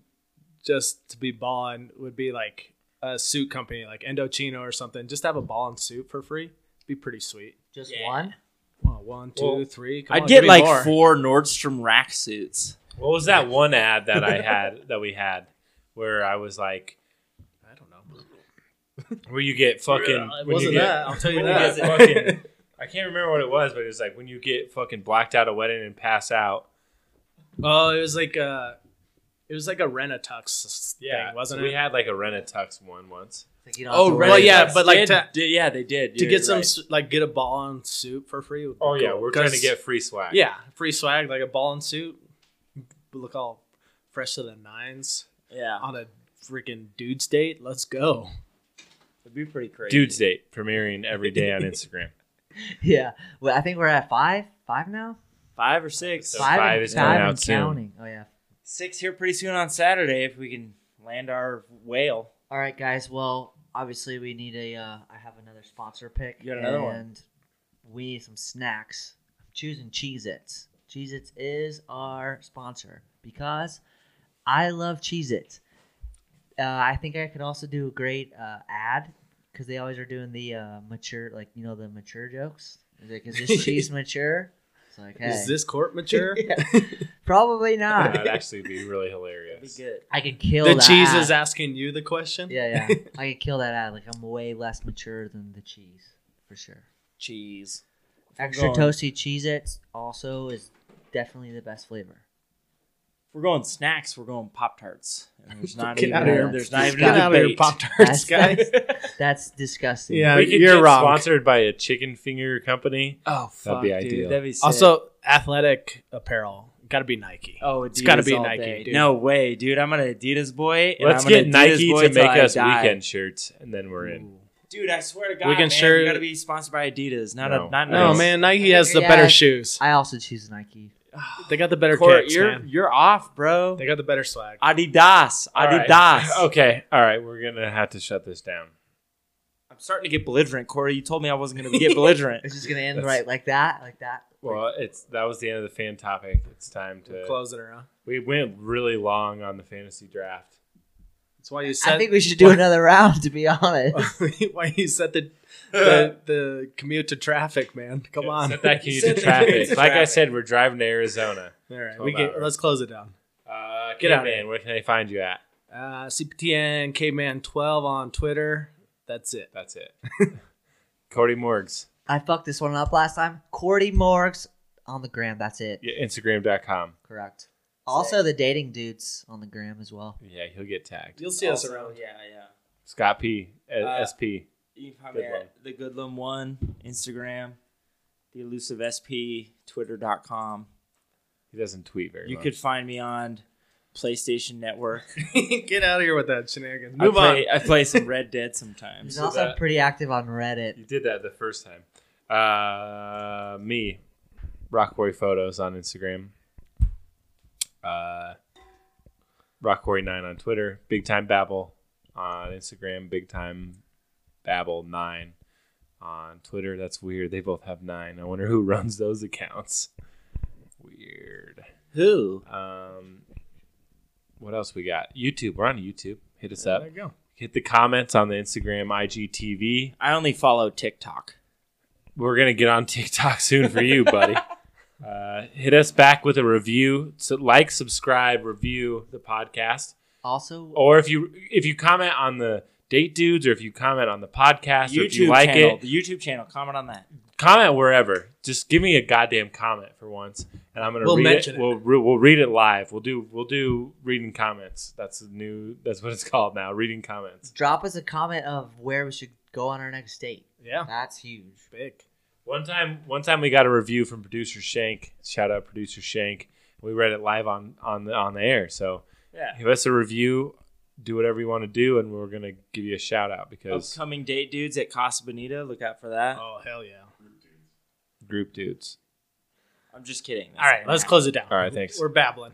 S4: just to be balling, would be like a suit company, like Indochino or something. Just have a ballin' suit for free. Be pretty sweet.
S1: Just one.
S4: Wow, one, two,
S2: Well,
S4: three. Come
S5: I'd
S4: on, give
S5: get
S4: me
S5: like
S4: more.
S5: four Nordstrom rack suits.
S2: What was that one ad that I had that we had where I was like,
S4: I don't know.
S2: where you get fucking,
S4: it
S2: when you
S4: wasn't
S2: get,
S4: that. I'll tell you
S2: when you
S4: that. [laughs]
S2: get fucking I can't remember what it was, but it was like when you get fucking blacked out at a wedding and pass out.
S4: Oh, it was like a, it was like a Renatux
S2: Yeah,
S4: thing, wasn't
S2: we
S4: it?
S2: had like a rent a tux one once.
S1: Like, you don't
S4: Oh,
S1: have to
S4: well,
S1: worry
S4: yeah,
S1: about-
S4: but, like,
S5: Did-
S4: to-
S5: did- yeah, they did
S4: to
S5: You're
S4: get some
S5: right.
S4: s like get a ball and suit for free. would be
S2: Oh yeah,
S4: cool.
S2: we're trying to
S4: 'Cause-
S2: get free swag.
S4: yeah free swag like a ball and suit. Look all fresh to the nines
S5: yeah,
S4: on a freaking dude's date. Let's go.
S5: it'd be pretty crazy.
S2: dude's date premiering every day on Instagram.
S1: [laughs] yeah. Well, I think we're at five, five now.
S5: five or six,
S2: So- five
S1: and-
S2: is coming
S1: and
S2: out soon.
S1: counting. Oh yeah.
S5: six here pretty soon on Saturday if we can land our whale.
S1: All right, guys. Well, obviously we need a. Uh, I have another sponsor pick.
S5: You got another one?
S1: And we need some snacks. I'm choosing Cheez-Its. Cheez-Its is our sponsor because I love Cheez-Its. Uh, I think I could also do a great uh, ad because they always are doing the uh, mature, like you know, the mature jokes. It's like, is
S4: [laughs]
S1: this cheese mature? It's like, hey,
S4: Is this court
S1: [laughs]
S4: mature?
S1: probably not.
S4: [laughs]
S2: That'd actually be really
S5: That'd be
S2: hilarious.
S5: good.
S1: I could kill
S4: the
S1: that
S4: cheese
S1: ad.
S4: is asking you the question.
S1: Yeah,
S4: [laughs]
S1: yeah. I could kill that ad. Like I'm way less mature than the cheese, for sure.
S5: Cheese.
S1: Extra
S5: going-
S1: toasty cheese it also is definitely the best flavor.
S5: If we're going snacks. We're going Pop Tarts.
S4: [laughs]
S5: There's not
S4: Get
S5: even.
S4: outta here.
S5: There's not even.
S4: Get
S5: a
S4: out of here,
S5: debate.
S4: Pop
S1: That's,
S4: Tarts, guys. [laughs]
S1: that's,
S5: [laughs]
S1: that's disgusting.
S4: Yeah.
S2: we could
S4: You're
S2: get
S4: wrong.
S2: sponsored by a chicken finger company.
S5: Oh fuck,
S2: be
S5: dude.
S2: ideal.
S5: That'd be sick.
S4: Also, athletic apparel got to be Nike.
S5: Oh, Adidas
S4: It's gotta be
S5: all
S4: Nike,
S5: day.
S4: dude.
S5: No way, dude. I'm an Adidas boy. and
S2: Let's
S5: I'm an
S2: get
S5: Adidas
S2: Nike
S5: boy
S2: to
S5: till
S2: make
S5: I
S2: us
S5: die.
S2: weekend shirts, and then we're in.
S5: Dude, I swear to God,
S4: We can
S5: man,
S4: sure-
S5: you gotta be sponsored by Adidas. Not
S2: No.
S5: a not
S4: No,
S2: Nice.
S4: man, Nike has the
S1: Yeah.
S4: better shoes.
S1: I also choose Nike.
S4: They got the better
S5: Court,
S4: kicks,
S5: you're
S4: man.
S5: you're off, bro.
S4: They got the better swag.
S5: Adidas,
S2: All right. [laughs]
S5: Adidas.
S2: Okay, all right, we're gonna have to shut this down.
S5: I'm starting to get belligerent, Corey. You told me I wasn't gonna get
S4: [laughs]
S5: belligerent.
S1: It's just gonna end
S2: That's-
S1: right like that, like that.
S2: Well, it's that was the end of the fan topic. It's time
S4: We're
S2: to.
S4: closing her, huh?
S2: We went really long on the fantasy draft.
S4: That's why you set.
S1: I think we should do another round. To be honest,
S4: [laughs] why you set the, the the commute to traffic, man? Come on.
S2: set
S4: [laughs]
S2: that key
S5: Set
S2: to
S5: the key
S2: traffic.
S5: to
S2: Like I
S5: traffic.
S2: said, we're driving to Arizona.
S4: All right, we
S2: 12
S4: get,
S2: hours.
S4: let's close it down.
S2: Uh,
S4: Get out of
S2: Caveman, Where can they find you at?
S4: Uh, CPTN Caveman twelve on Twitter. That's it. [laughs]
S2: That's it. Cody Morgs,
S1: I fucked this one up last time. Cordy Morgs on the gram. That's it.
S2: yeah, Instagram.com.
S1: Correct. Also, the dating dudes on the gram as well.
S2: Yeah, he'll get tagged.
S4: You'll see us
S5: Also,
S4: around.
S5: Yeah, yeah.
S2: Scott P. uh,
S5: Uh,
S2: SP.
S5: You can find
S2: Good
S5: me
S2: one.
S5: at the Goodlum One Instagram, the Elusive SP, Twitter.com.
S2: He doesn't tweet very
S5: You
S2: much.
S5: could find me on PlayStation Network.
S4: get out of here with that shenanigans.
S5: I
S4: [laughs] Move on.
S5: play, I play some Red Dead
S1: He's
S4: [laughs]
S5: sometimes.
S1: also
S2: that-
S1: pretty active on Reddit.
S2: You did that the first time. Uh, me, Rockboy Photos on Instagram. Uh, Rockboy9 on Twitter. Big Time Babble on Instagram. Big Time Babble9 on Twitter. That's weird. They both have nine. I wonder who [laughs] runs those accounts. Weird.
S5: Who?
S2: Um, what else we got? YouTube. We're on YouTube. Hit us up. There you go. Hit the comments on the Instagram IGTV.
S5: I only follow TikTok.
S2: We're gonna get on TikTok soon for you, buddy. Uh, hit us back with a review. So like, subscribe, review the podcast.
S1: Also,
S2: Or if you if you comment on the date dudes, or if you comment on the podcast, or if
S5: YouTube
S2: you like
S5: channel.
S2: it,
S5: The YouTube channel. Comment on that.
S2: comment wherever. Just give me a goddamn comment for once, and I'm gonna
S4: We'll
S2: read
S4: mention
S2: it.
S4: it.
S2: We'll re- we'll read it live. We'll do we'll do reading comments. That's the new. That's what it's [laughs] called now. Reading comments.
S1: drop us a comment of where we should go on our next date.
S4: Yeah.
S1: That's huge.
S4: Big.
S2: One time, one time we got a review from producer Shank. Shout out producer Shank. We read it live on on the on the air. So
S5: Yeah.
S2: give us a review. Do whatever you want to do, and we're gonna give you a shout out because
S5: Upcoming date dudes at Casa Bonita. Look out for that.
S4: Oh hell yeah!
S2: group dudes.
S5: I'm just kidding.
S4: All right, let's close it down.
S2: All right, thanks.
S4: We're babbling.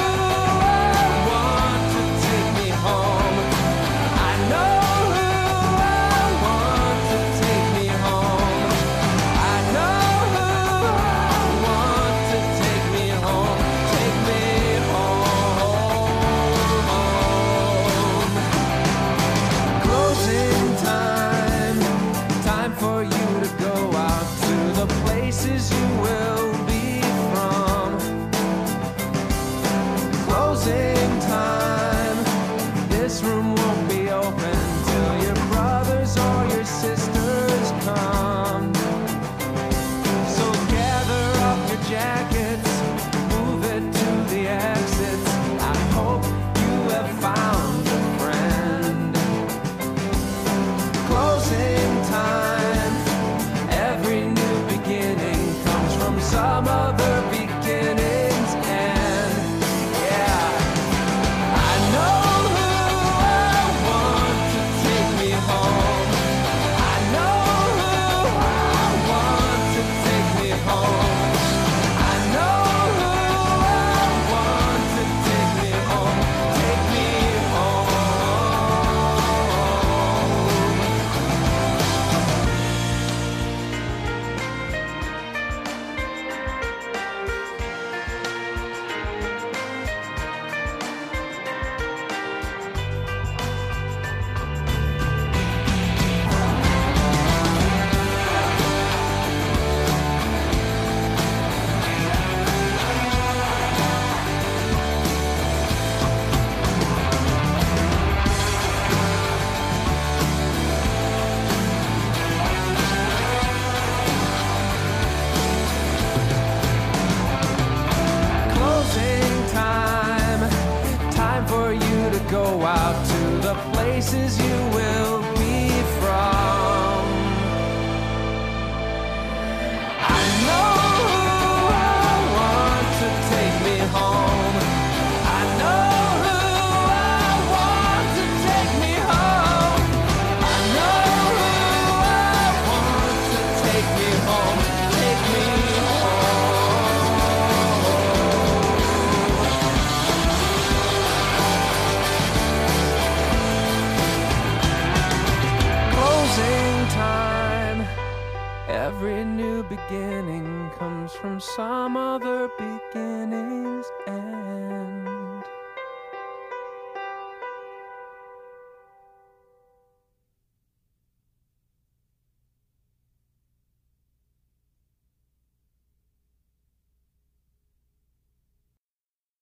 S5: who I want to take me home. I know who I want to take me home. I know who I want to take me home. Take me home. Closing time. Time for you to go out to the places you will be from closing time. This room won't be open till your brothers or your sisters come. So gather up your jackets, move it to the exits. I hope you have found a friend. Closing time. Every new beginning comes from some other beginning's end. Yeah. I know who I want to take me home. I know who I want to take me home. I know who I want to take me home. Take me home. closing time. Time for you to go out to the places you will be from. I know who I want to take me home. I know who I want to take me home. I know who I want to take me home. Take me home. closing time. Every new beginning comes from some other beginning's end.